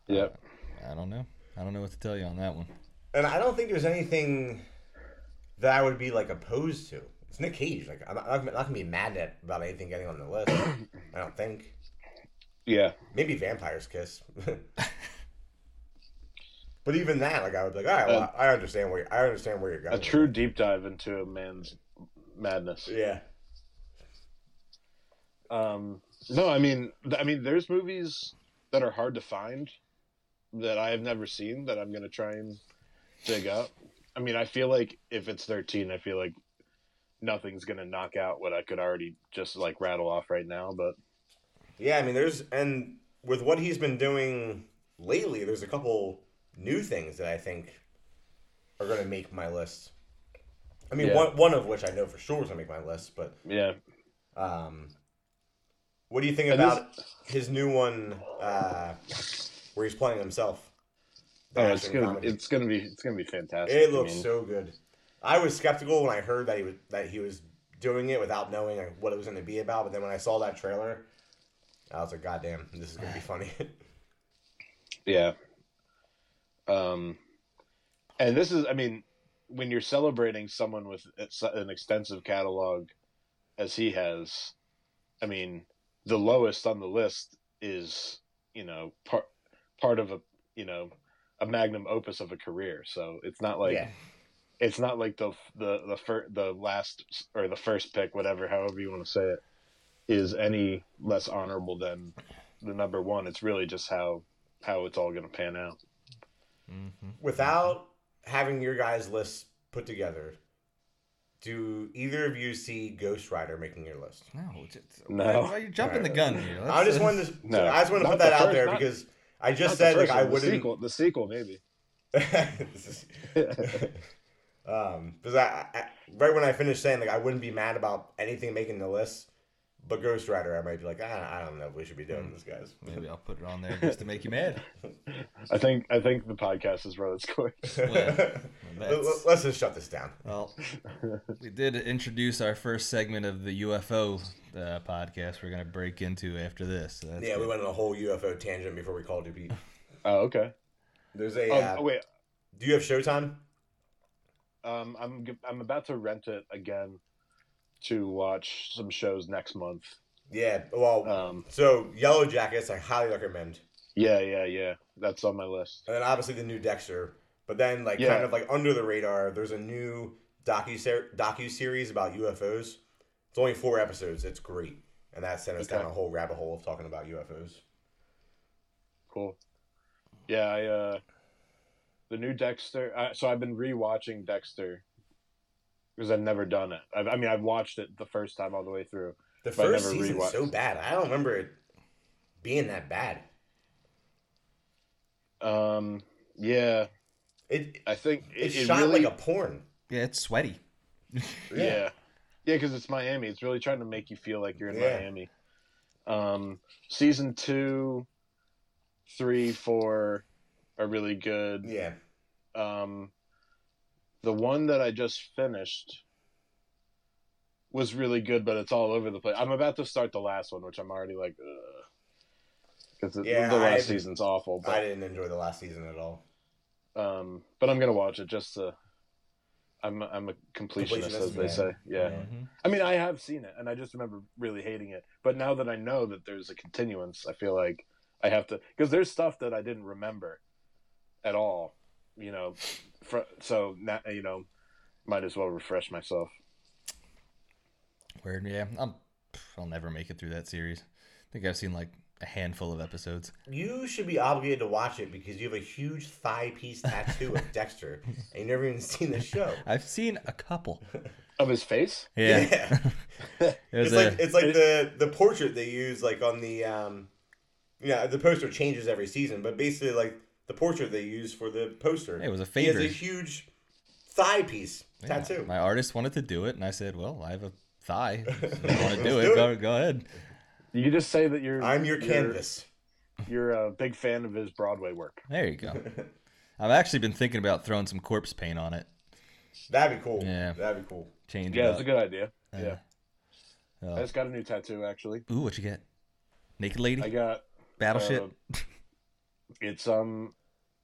Speaker 3: Yeah.
Speaker 1: I don't know. I don't know what to tell you on that one.
Speaker 2: And I don't think there's anything that I would be like opposed to. It's Nick Cage. Like I'm not, I'm not gonna be mad at about anything getting on the list. I don't think.
Speaker 3: Yeah.
Speaker 2: Maybe Vampire's Kiss. but even that, like I would be like, all right, well,
Speaker 3: Um,
Speaker 2: I understand where I understand where you're going.
Speaker 3: A true deep dive into a man's madness.
Speaker 2: Yeah.
Speaker 3: Um, no, I mean, th- I mean, there's movies that are hard to find that I have never seen that I'm gonna try and dig up. I mean, I feel like if it's 13, I feel like nothing's gonna knock out what I could already just like rattle off right now. But
Speaker 2: Yeah, I mean, there's and with what he's been doing lately, there's a couple new things that I think are going to make my list. I mean,
Speaker 3: Yeah.
Speaker 2: one one of which I know for sure is going to make my list. But
Speaker 3: yeah,
Speaker 2: um, what do you think
Speaker 3: And
Speaker 2: about his new one uh, where he's playing himself? The
Speaker 3: oh, it's
Speaker 2: action
Speaker 3: gonna,
Speaker 2: comedy.
Speaker 3: it's gonna be, it's gonna be fantastic.
Speaker 2: It
Speaker 3: I
Speaker 2: looks
Speaker 3: mean,
Speaker 2: so good. I was skeptical when I heard that he was that he was doing it without knowing like, what it was going to be about, but then when I saw that trailer, I was like, "God damn, this is going to be funny."
Speaker 3: Yeah. Um, and this is, I mean, when you're celebrating someone with ex- an extensive catalog as he has, I mean, the lowest on the list is, you know, part part of a, you know, a magnum opus of a career. So it's not like
Speaker 2: yeah,
Speaker 3: it's not like the the the fir- the last or the first pick, whatever, however you want to say it, is any less honorable than the number one. It's really just how how it's all going to pan out.
Speaker 1: Mm-hmm.
Speaker 2: without having your guys' list put together, do either of you see Ghost Rider making your list?
Speaker 1: No, just,
Speaker 3: No.
Speaker 1: Why, why are you jumping the gun here?
Speaker 2: I
Speaker 1: Let's-
Speaker 2: just
Speaker 1: uh,
Speaker 2: wanted to,
Speaker 3: No.
Speaker 2: I just want to put
Speaker 3: Not the
Speaker 2: that out
Speaker 3: first-
Speaker 2: there
Speaker 3: not-
Speaker 2: because I
Speaker 3: Not the
Speaker 2: just said like
Speaker 3: first
Speaker 2: I
Speaker 3: one, the
Speaker 2: wouldn't.
Speaker 3: sequel, the sequel maybe.
Speaker 2: This is- um, because I, I right when I finished saying like I wouldn't be mad about anything making the list, but Ghost Rider I might be like I, I don't know if we should be doing this, guys.
Speaker 1: Hmm. Maybe I'll put it on there just to make you mad.
Speaker 3: I think I think the podcast is where it's going.
Speaker 1: Yeah.
Speaker 2: Let- let- Let's just shut this down.
Speaker 1: Well, we did introduce our first segment of the UFO uh, podcast. We're gonna break into after this. so that's
Speaker 2: yeah, we
Speaker 1: good.
Speaker 2: went on a whole UFO tangent before we called you. Pete.
Speaker 3: Oh, okay.
Speaker 2: There's a.
Speaker 3: Oh,
Speaker 2: uh,
Speaker 3: oh, wait.
Speaker 2: do you have Showtime?
Speaker 3: Um, I'm g- I'm about to rent it again to watch some shows next month.
Speaker 2: Yeah. Well,
Speaker 3: Um,
Speaker 2: So Yellow Jackets, I highly recommend,
Speaker 3: yeah, yeah, yeah. That's on my list.
Speaker 2: and then obviously the new Dexter. But then, like
Speaker 3: Yeah.
Speaker 2: kind of like under the radar, there's a new docu docu series about UFOs. It's only four episodes. It's great, and that sent us
Speaker 3: Okay.
Speaker 2: down a whole rabbit hole of talking about UFOs.
Speaker 3: Cool. Yeah, I uh the new Dexter. I, so I've been rewatching Dexter because I've never done it. I've, I mean, I've watched it the first time all the way through.
Speaker 2: The
Speaker 3: But I
Speaker 2: first
Speaker 3: never
Speaker 2: season is
Speaker 3: rewatched.
Speaker 2: so bad. I don't remember it being that bad.
Speaker 3: Um, yeah,
Speaker 2: It
Speaker 3: I think
Speaker 2: it,
Speaker 3: it, it
Speaker 2: shot
Speaker 3: really.
Speaker 2: like a porn.
Speaker 1: Yeah, it's sweaty.
Speaker 3: yeah, yeah, because it's Miami. It's really trying to make you feel like you're in
Speaker 2: Yeah.
Speaker 3: Miami. Um, season two, three, four are really good.
Speaker 2: Yeah.
Speaker 3: um, the one that I just finished was really good, but it's all over the place. I'm about to start the last one, which I'm already like, because the,
Speaker 2: Yeah,
Speaker 3: the last
Speaker 2: I-
Speaker 3: season's awful.
Speaker 2: I
Speaker 3: But
Speaker 2: didn't enjoy the last season at all.
Speaker 3: um, but I'm gonna watch it just to. I'm a- I'm a completionist,
Speaker 2: Completionist,
Speaker 3: as they
Speaker 2: yeah.
Speaker 3: say. Yeah.
Speaker 2: Yeah.
Speaker 1: Mhm.
Speaker 3: I mean, I have seen it, and I just remember really hating it. But now that I know that there's a continuance, I feel like I have to because there's stuff that I didn't remember at all. You know, fr so na you know, might as well refresh myself.
Speaker 1: Weird. Yeah, I'm, I'll never make it through that series. think I've seen like a handful of episodes.
Speaker 2: You should be obligated to watch it because you have a huge thigh piece tattoo of Dexter, and you never even seen the show.
Speaker 1: I've seen a couple.
Speaker 3: Of his face?
Speaker 1: Yeah, it was
Speaker 2: it's
Speaker 1: a,
Speaker 2: like it's like the the portrait they use like on the um, yeah the poster changes every season, but basically like the portrait they use for the poster.
Speaker 1: It was a
Speaker 2: He has a
Speaker 1: favorite.
Speaker 2: huge thigh piece
Speaker 1: yeah,
Speaker 2: tattoo.
Speaker 1: My artist wanted to do it, and I said, "Well, I have a thigh. If you want to do
Speaker 2: Let's
Speaker 1: it?
Speaker 2: do
Speaker 1: Go, go ahead."
Speaker 3: You could just say that you're
Speaker 2: I'm your
Speaker 3: you're-
Speaker 2: canvas.
Speaker 3: You're a big fan of his Broadway work.
Speaker 1: There you go. I've actually been thinking about throwing some corpse paint on it.
Speaker 2: That'd be cool.
Speaker 1: Yeah.
Speaker 2: That'd be cool.
Speaker 1: Change
Speaker 3: Yeah,
Speaker 1: it
Speaker 3: that's
Speaker 1: up.
Speaker 3: a good idea.
Speaker 1: Yeah.
Speaker 3: Yeah.
Speaker 1: Oh.
Speaker 3: I just got a new tattoo actually.
Speaker 1: Ooh, what you get? Naked lady,
Speaker 3: I uh, got
Speaker 1: battleship.
Speaker 3: it's um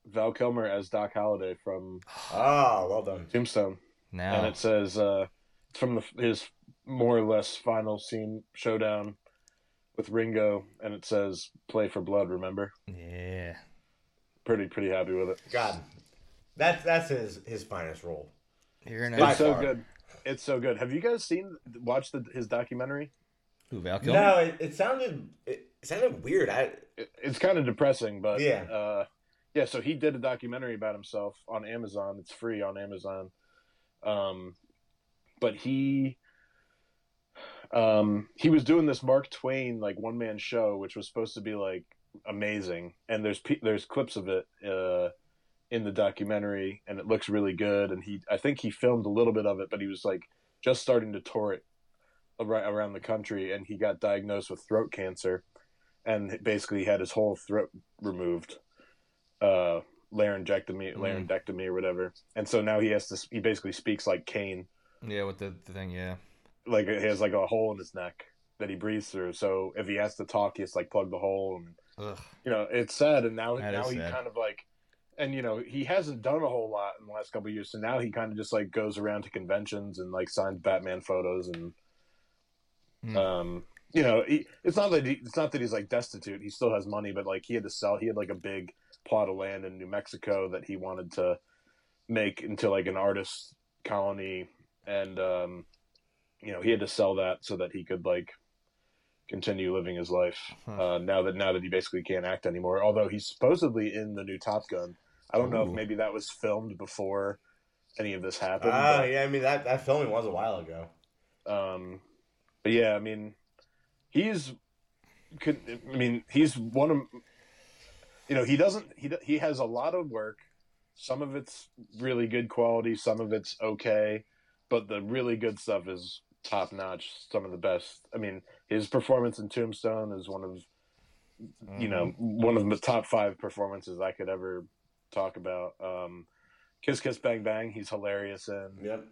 Speaker 3: Val Kilmer as Doc Holliday from
Speaker 2: Ah, well done.
Speaker 3: Tombstone, and
Speaker 1: now
Speaker 3: it says uh, it's from the, his more or less final scene showdown with Ringo, and it says "Play for Blood." Remember,
Speaker 1: yeah.
Speaker 3: pretty pretty happy with it.
Speaker 2: God, that's that's his his finest role.
Speaker 1: You're an
Speaker 2: By
Speaker 3: It's so
Speaker 2: far.
Speaker 3: good. It's so good. Have you guys seen watched the, his documentary?
Speaker 1: Ooh, Val Kilmer.
Speaker 2: No, it, it sounded it, it sounded weird. I
Speaker 3: It, it's kind of depressing, but
Speaker 2: Yeah.
Speaker 3: uh, yeah. So he did a documentary about himself on Amazon. It's free on Amazon. Um, but he um, he was doing this Mark Twain like one man show, which was supposed to be like amazing. And there's pe- there's clips of it uh, in the documentary, and it looks really good. And he I think he filmed a little bit of it, but he was like just starting to tour it ar- around the country, and he got diagnosed with throat cancer, and basically had his whole throat removed. Uh,
Speaker 1: Mm.
Speaker 3: laryngectomy, laryngectomy, or whatever, and so now he has to. s- He basically speaks like Kane,
Speaker 1: Yeah, with the, the thing. Yeah.
Speaker 3: like he has like a hole in his neck that he breathes through. So if he has to talk, he has to like plug the hole, and
Speaker 1: Ugh.
Speaker 3: you know it's sad. And now
Speaker 1: That
Speaker 3: now
Speaker 1: is
Speaker 3: he
Speaker 1: sad.
Speaker 3: kind of like, and you know he hasn't done a whole lot in the last couple of years. So now he kind of just like goes around to conventions and like signs Batman photos and,
Speaker 1: Hmm.
Speaker 3: um, you know he, it's not that he, it's not that he's like destitute. He still has money, but like he had to sell. He had like a big plot of land in New Mexico that he wanted to make into like an artist colony and um you know he had to sell that so that he could like continue living his life
Speaker 1: Huh.
Speaker 3: uh now that now that he basically can't act anymore although he's supposedly in the new top gun i don't know
Speaker 1: Ooh.
Speaker 3: if maybe that was filmed before any of this happened
Speaker 2: ah,
Speaker 3: but-
Speaker 2: yeah. I mean that that filming was a while ago.
Speaker 3: um, but yeah, I mean, he's could I mean he's one of you know he doesn't he do- he has a lot of work. Some of it's really good quality, some of it's okay, but the really good stuff is top notch. Some of the best. I mean, his performance in Tombstone is one of you know one of the top five performances I could ever talk about. Um, Kiss Kiss Bang Bang, he's hilarious in
Speaker 2: Yep.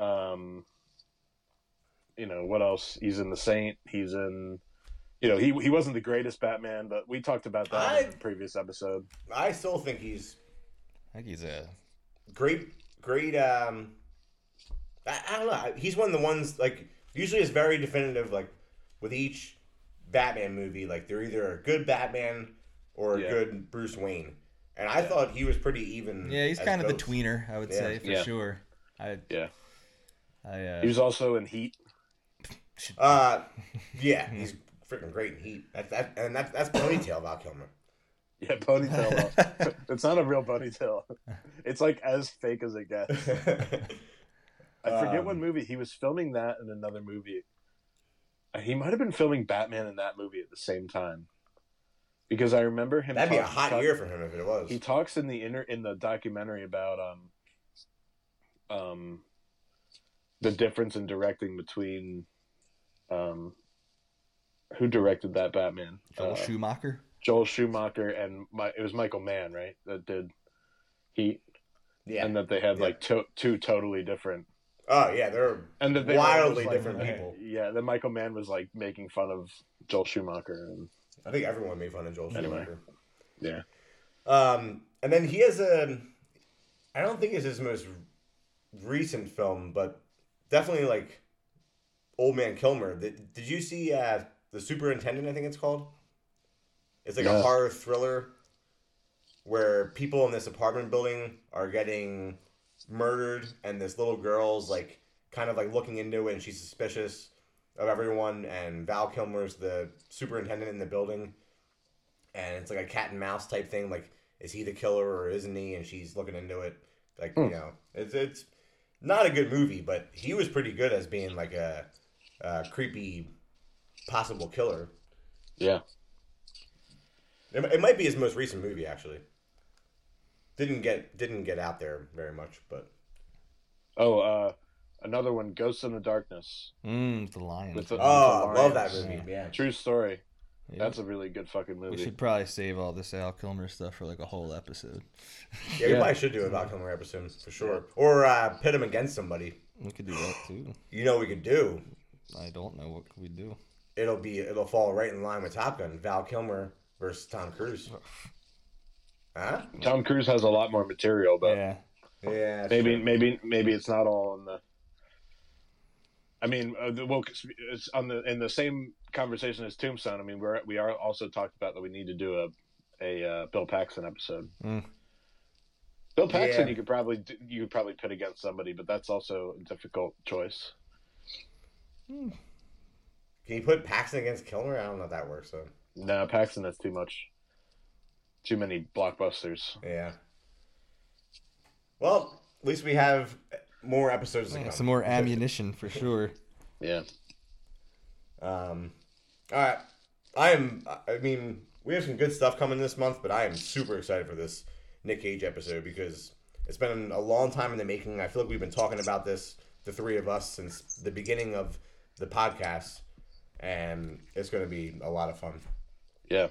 Speaker 3: um you know what else he's in the saint he's in you know he he wasn't the greatest batman but we talked about that
Speaker 2: I-
Speaker 3: in the previous episode
Speaker 2: I still think he's
Speaker 1: I think he's a.
Speaker 2: great, great. Um, I, I don't know. He's one of the ones like usually is very definitive. Like with each Batman movie, like they're either a good Batman or a
Speaker 3: Yeah.
Speaker 2: good Bruce Wayne. And I thought he was pretty even.
Speaker 1: Mm. Yeah, he's
Speaker 2: as
Speaker 1: kind of the
Speaker 2: both.
Speaker 1: tweener, I would
Speaker 2: Yeah.
Speaker 1: say for
Speaker 3: Yeah.
Speaker 1: sure. I.
Speaker 3: Yeah.
Speaker 1: I. Uh,
Speaker 3: he was also in heat
Speaker 2: Uh, yeah, he's freaking great in Heat. That, that and that, that's ponytail Val Kilmer.
Speaker 3: yeah ponytail though. it's not a real ponytail it's like as fake as it gets i forget
Speaker 2: Um,
Speaker 3: what movie he was filming that in another movie Uh, he might have been filming batman in that movie at the same time because i remember him
Speaker 2: That'd be a
Speaker 3: talking-
Speaker 2: hot
Speaker 3: talking-
Speaker 2: year for him if it was.
Speaker 3: he talks in the inner in the documentary about um um the difference in directing between um who directed that Batman
Speaker 1: Joel
Speaker 3: Uh,
Speaker 1: Schumacher.
Speaker 3: Joel Schumacher and my, it was Michael Mann right that did Heat
Speaker 2: yeah.
Speaker 3: and that they had
Speaker 2: Yeah.
Speaker 3: like to, two totally different
Speaker 2: oh yeah, they're
Speaker 3: and that they were
Speaker 2: Wildly
Speaker 3: almost,
Speaker 2: different
Speaker 3: like,
Speaker 2: people.
Speaker 3: yeah that Michael Mann was like making fun of Joel Schumacher and
Speaker 2: I think everyone made fun of Joel
Speaker 3: Anyway.
Speaker 2: Schumacher.
Speaker 3: Yeah.
Speaker 2: Um, and then he has a. I don't think it's his most recent film, but definitely like Old Man Kilmer. Did, did you see uh, the Superintendent? I think it's called. It's like a
Speaker 3: No.
Speaker 2: horror thriller where people in this apartment building are getting murdered, and this little girl's like kind of like looking into it, and she's suspicious of everyone, and Val Kilmer's the superintendent in the building, and it's like a cat and mouse type thing. Like, is he the killer or isn't he? And she's looking into it. Like, you know, it's it's not a good movie, but he was pretty good as being like a, a creepy possible killer.
Speaker 3: Yeah.
Speaker 2: It, it might be his most recent movie, actually. Didn't get didn't get out there very much, but
Speaker 3: Oh, uh, another one, Ghosts in the Darkness.
Speaker 1: Mm, the lion.
Speaker 3: With the-
Speaker 2: oh, I love that
Speaker 3: Lions.
Speaker 2: movie. Yeah,
Speaker 3: True story.
Speaker 1: Yeah.
Speaker 3: That's a really good fucking
Speaker 1: we
Speaker 3: movie.
Speaker 1: should probably save all this Al Kilmer stuff for like a whole episode.
Speaker 2: yeah, we
Speaker 3: Yeah.
Speaker 2: probably should do a Val Kilmer episode for sure, or uh, pit him against somebody.
Speaker 1: We could do that too.
Speaker 2: You know, what we could do.
Speaker 1: I don't know what could we do.
Speaker 2: It'll be it'll fall right in line with Top Gun. Val Kilmer versus Tom Cruise. Huh?
Speaker 3: Tom Cruise has a lot more material, but
Speaker 1: yeah,
Speaker 2: Yeah.
Speaker 3: maybe
Speaker 2: sure.
Speaker 3: maybe maybe it's not all in the. I mean, uh, the, well, it's on the in the same conversation as Tombstone. I mean, we're we are also talked about that we need to do a a uh, Bill Paxton episode.
Speaker 1: Mm.
Speaker 3: Bill Paxton,
Speaker 2: Yeah.
Speaker 3: you could probably d- you could probably pit against somebody, but that's also a difficult choice.
Speaker 2: Can you put Paxton against Kilmer? I don't know if that works though.
Speaker 3: No, Paxton, that's too much. Too many blockbusters.
Speaker 2: Yeah. Well, at least we have more episodes to
Speaker 1: Yeah,
Speaker 2: come.
Speaker 1: some more ammunition for sure.
Speaker 3: Yeah.
Speaker 2: Um, all right. I am. I mean, we have some good stuff coming this month, but I am super excited for this Nick Cage episode because it's been a long time in the making. I feel like we've been talking about this, the three of us, since the beginning of the podcast, and it's going to be a lot of fun.
Speaker 3: Yeah.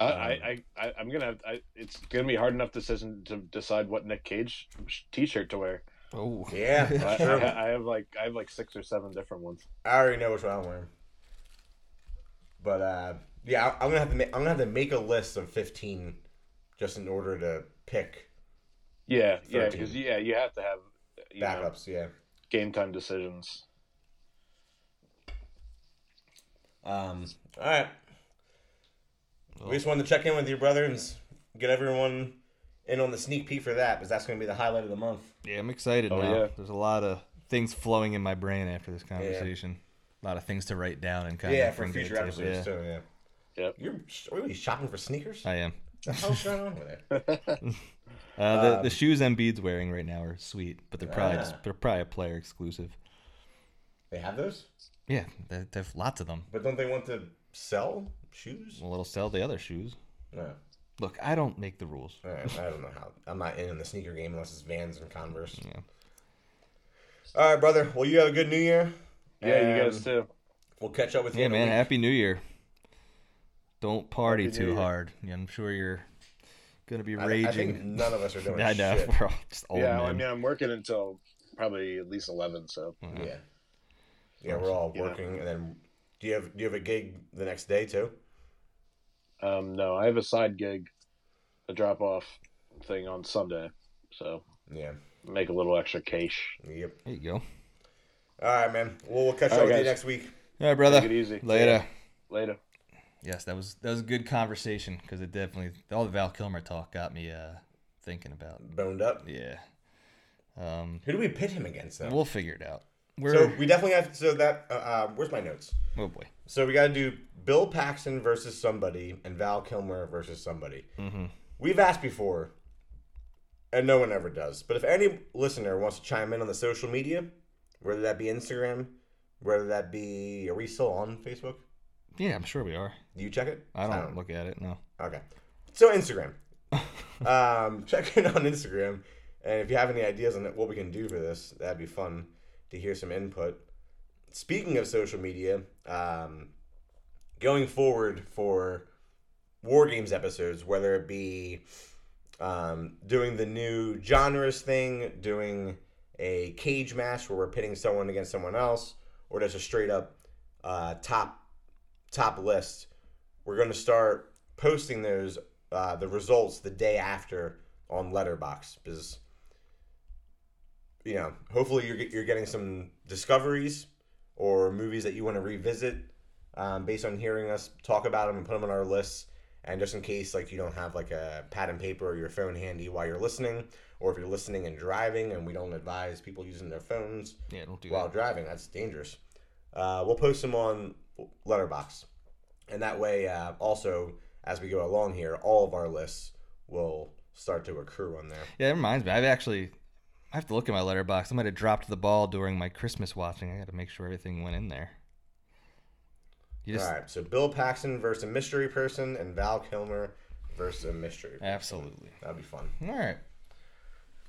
Speaker 3: I, I, I, I, I'm gonna. Have, I, it's gonna be a hard enough decision to decide what Nick Cage sh- T-shirt to wear.
Speaker 1: Oh,
Speaker 3: I,
Speaker 2: Yeah,
Speaker 3: I,
Speaker 2: sure.
Speaker 3: ha- I have like, I have like six or seven different ones.
Speaker 2: I already know which one I'm wearing. But uh, yeah, I- I'm gonna have to. Ma- I'm gonna have to make a list of 15, just in order to pick
Speaker 3: Yeah, yeah,
Speaker 2: 13.
Speaker 3: because yeah, you have to have you know,
Speaker 2: backups. Yeah.
Speaker 3: game time decisions.
Speaker 2: Um, all right. We just wanted to check in with you, brother, and s- get everyone in on the sneak peek for that, because that's going to be the highlight of the month.
Speaker 1: yeah, I'm excited
Speaker 3: Oh,
Speaker 1: now.
Speaker 3: yeah.
Speaker 1: There's a lot of things flowing in my brain after this conversation. A lot of things to write down and kind
Speaker 2: yeah,
Speaker 1: of
Speaker 2: for
Speaker 1: bring to the
Speaker 2: future
Speaker 1: table.
Speaker 2: episodes
Speaker 1: Yeah,
Speaker 2: too. Yeah.
Speaker 3: Yep.
Speaker 2: You're sh- are we shopping for sneakers?
Speaker 1: I am.
Speaker 2: What the hell's going on with it?
Speaker 1: Uh, the, the shoes Embiid's wearing right now are sweet, but they're probably
Speaker 2: Um, Ah.
Speaker 1: just, they're probably a player exclusive.
Speaker 2: They have those,
Speaker 1: Yeah, they, they have lots of them.
Speaker 2: but don't they want to sell shoes?
Speaker 1: Well, it'll sell the other shoes.
Speaker 2: No.
Speaker 1: Look, I don't make the rules.
Speaker 2: All right, I don't know how. I'm not in on the sneaker game unless it's Vans and Converse. All right, brother. Well, you have a good New Year.
Speaker 3: Yeah, you
Speaker 2: and
Speaker 3: guys too.
Speaker 2: We'll catch up with you.
Speaker 1: Yeah,
Speaker 2: in a
Speaker 1: man.
Speaker 2: week.
Speaker 1: Happy New Year. Don't party
Speaker 3: Happy New
Speaker 1: too
Speaker 3: Year.
Speaker 1: hard. Yeah, I'm sure you're gonna be
Speaker 2: I- I, think
Speaker 1: raging.
Speaker 2: none of us are doing.
Speaker 1: I, know.
Speaker 2: Shit.
Speaker 1: We're all just old
Speaker 3: yeah,
Speaker 1: men.
Speaker 3: I mean, I'm working until probably at least eleven. So
Speaker 1: Uh,
Speaker 2: Yeah. Yeah, we're all
Speaker 3: Yeah.
Speaker 2: working, and then do you have do you have a gig the next day too?
Speaker 3: um, no, I have a side gig, a drop off thing on Sunday, so
Speaker 2: Yeah.
Speaker 3: make a little extra cash.
Speaker 2: Yep.
Speaker 1: There you go. All
Speaker 2: All right, man. Well, we'll catch up
Speaker 3: right,
Speaker 2: with you
Speaker 3: guys.
Speaker 2: next week.
Speaker 1: right, brother.
Speaker 3: Take it easy.
Speaker 1: Later.
Speaker 3: Later.
Speaker 1: Yes, that was that was a good conversation because it definitely all the Val Kilmer talk got me uh, thinking about.
Speaker 2: Boned up.
Speaker 1: Yeah, um,
Speaker 2: Who do we pit him against though?
Speaker 1: we'll figure it out. We're
Speaker 2: so we definitely have so that. Uh, uh, where's my notes?
Speaker 1: oh boy.
Speaker 2: So we got to do Bill Paxton versus somebody and Val Kilmer versus somebody.
Speaker 1: Mm-hmm.
Speaker 2: We've asked before, and no one ever does. But if any listener wants to chime in on the social media, whether that be Instagram, whether that be are we still on Facebook?
Speaker 1: Yeah, I'm sure we are.
Speaker 2: Do you check it?
Speaker 1: I don't look at it. No.
Speaker 2: Okay. So Instagram. um, check in on Instagram, and if you have any ideas on what we can do for this, that'd be fun to hear some input. Speaking of social media, um, going forward for war games episodes, whether it be um, doing the new genres thing, doing a cage match where we're pitting someone against someone else, or just a straight up uh, top top list, we're going to start posting those uh, the results the day after on Letterbox because you know hopefully you're get- you're getting some discoveries or movies that you want to revisit um, based on hearing us talk about them and put them on our lists. And just in case, like you don't have like a pad and paper or your phone handy while you're listening, or if you're listening and driving, and we don't advise people using their phones
Speaker 1: Yeah, don't do
Speaker 2: while
Speaker 1: that.
Speaker 2: driving, that's dangerous. Uh, we'll post them on Letterbox, and that way, uh, also as we go along here, all of our lists will start to accrue on there.
Speaker 1: Yeah, it reminds me. I've actually, I have to look at my letterbox. I might have dropped the ball during my Christmas watching. I got to make sure everything went in there. You just
Speaker 2: All right, so Bill Paxton versus a mystery person, and Val Kilmer versus a mystery. person.
Speaker 1: absolutely.
Speaker 2: That'd be fun.
Speaker 1: All right.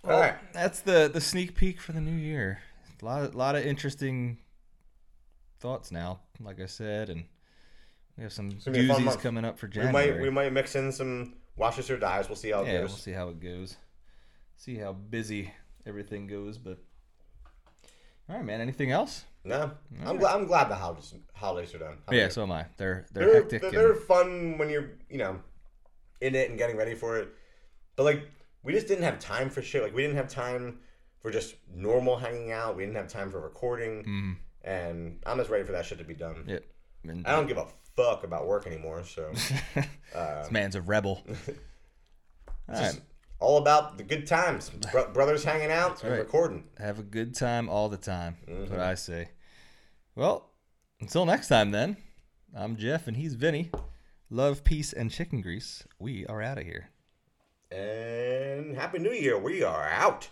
Speaker 2: All right.
Speaker 1: That's the the sneak peek for the new year. A lot of, lot of interesting thoughts now. Like I said, and we have some
Speaker 2: gonna be a fun
Speaker 1: doozies
Speaker 2: month.
Speaker 1: coming up for
Speaker 2: We
Speaker 1: January.
Speaker 2: might we might mix in some watches or dies. We'll see how it
Speaker 1: yeah,
Speaker 2: goes.
Speaker 1: we'll see how it goes. See how busy everything goes, but all right, man. Anything else?
Speaker 2: No, I'm glad. I'm glad the holidays holidays are done.
Speaker 1: yeah, so am I. They're they're,
Speaker 2: they're
Speaker 1: hectic.
Speaker 2: they're,
Speaker 1: and-
Speaker 2: they're fun when you're you know in it and getting ready for it. But like we just didn't have time for shit. Like we didn't have time for just normal hanging out. We didn't have time for recording.
Speaker 1: Mm-hmm.
Speaker 2: And I'm just ready for that shit to be done.
Speaker 1: Yep. And-
Speaker 2: I don't give a fuck about work anymore. So Uh,
Speaker 1: this man's a rebel. All right.
Speaker 2: all about the good times, Bro- brothers hanging out and
Speaker 1: right.
Speaker 2: recording.
Speaker 1: Have a good time all the time. That's
Speaker 2: Mm-hmm.
Speaker 1: what I say. Well, until next time, then. I'm Jeff and he's Vinny. Love, peace, and chicken grease. We are out of here.
Speaker 2: And happy New Year. We are out.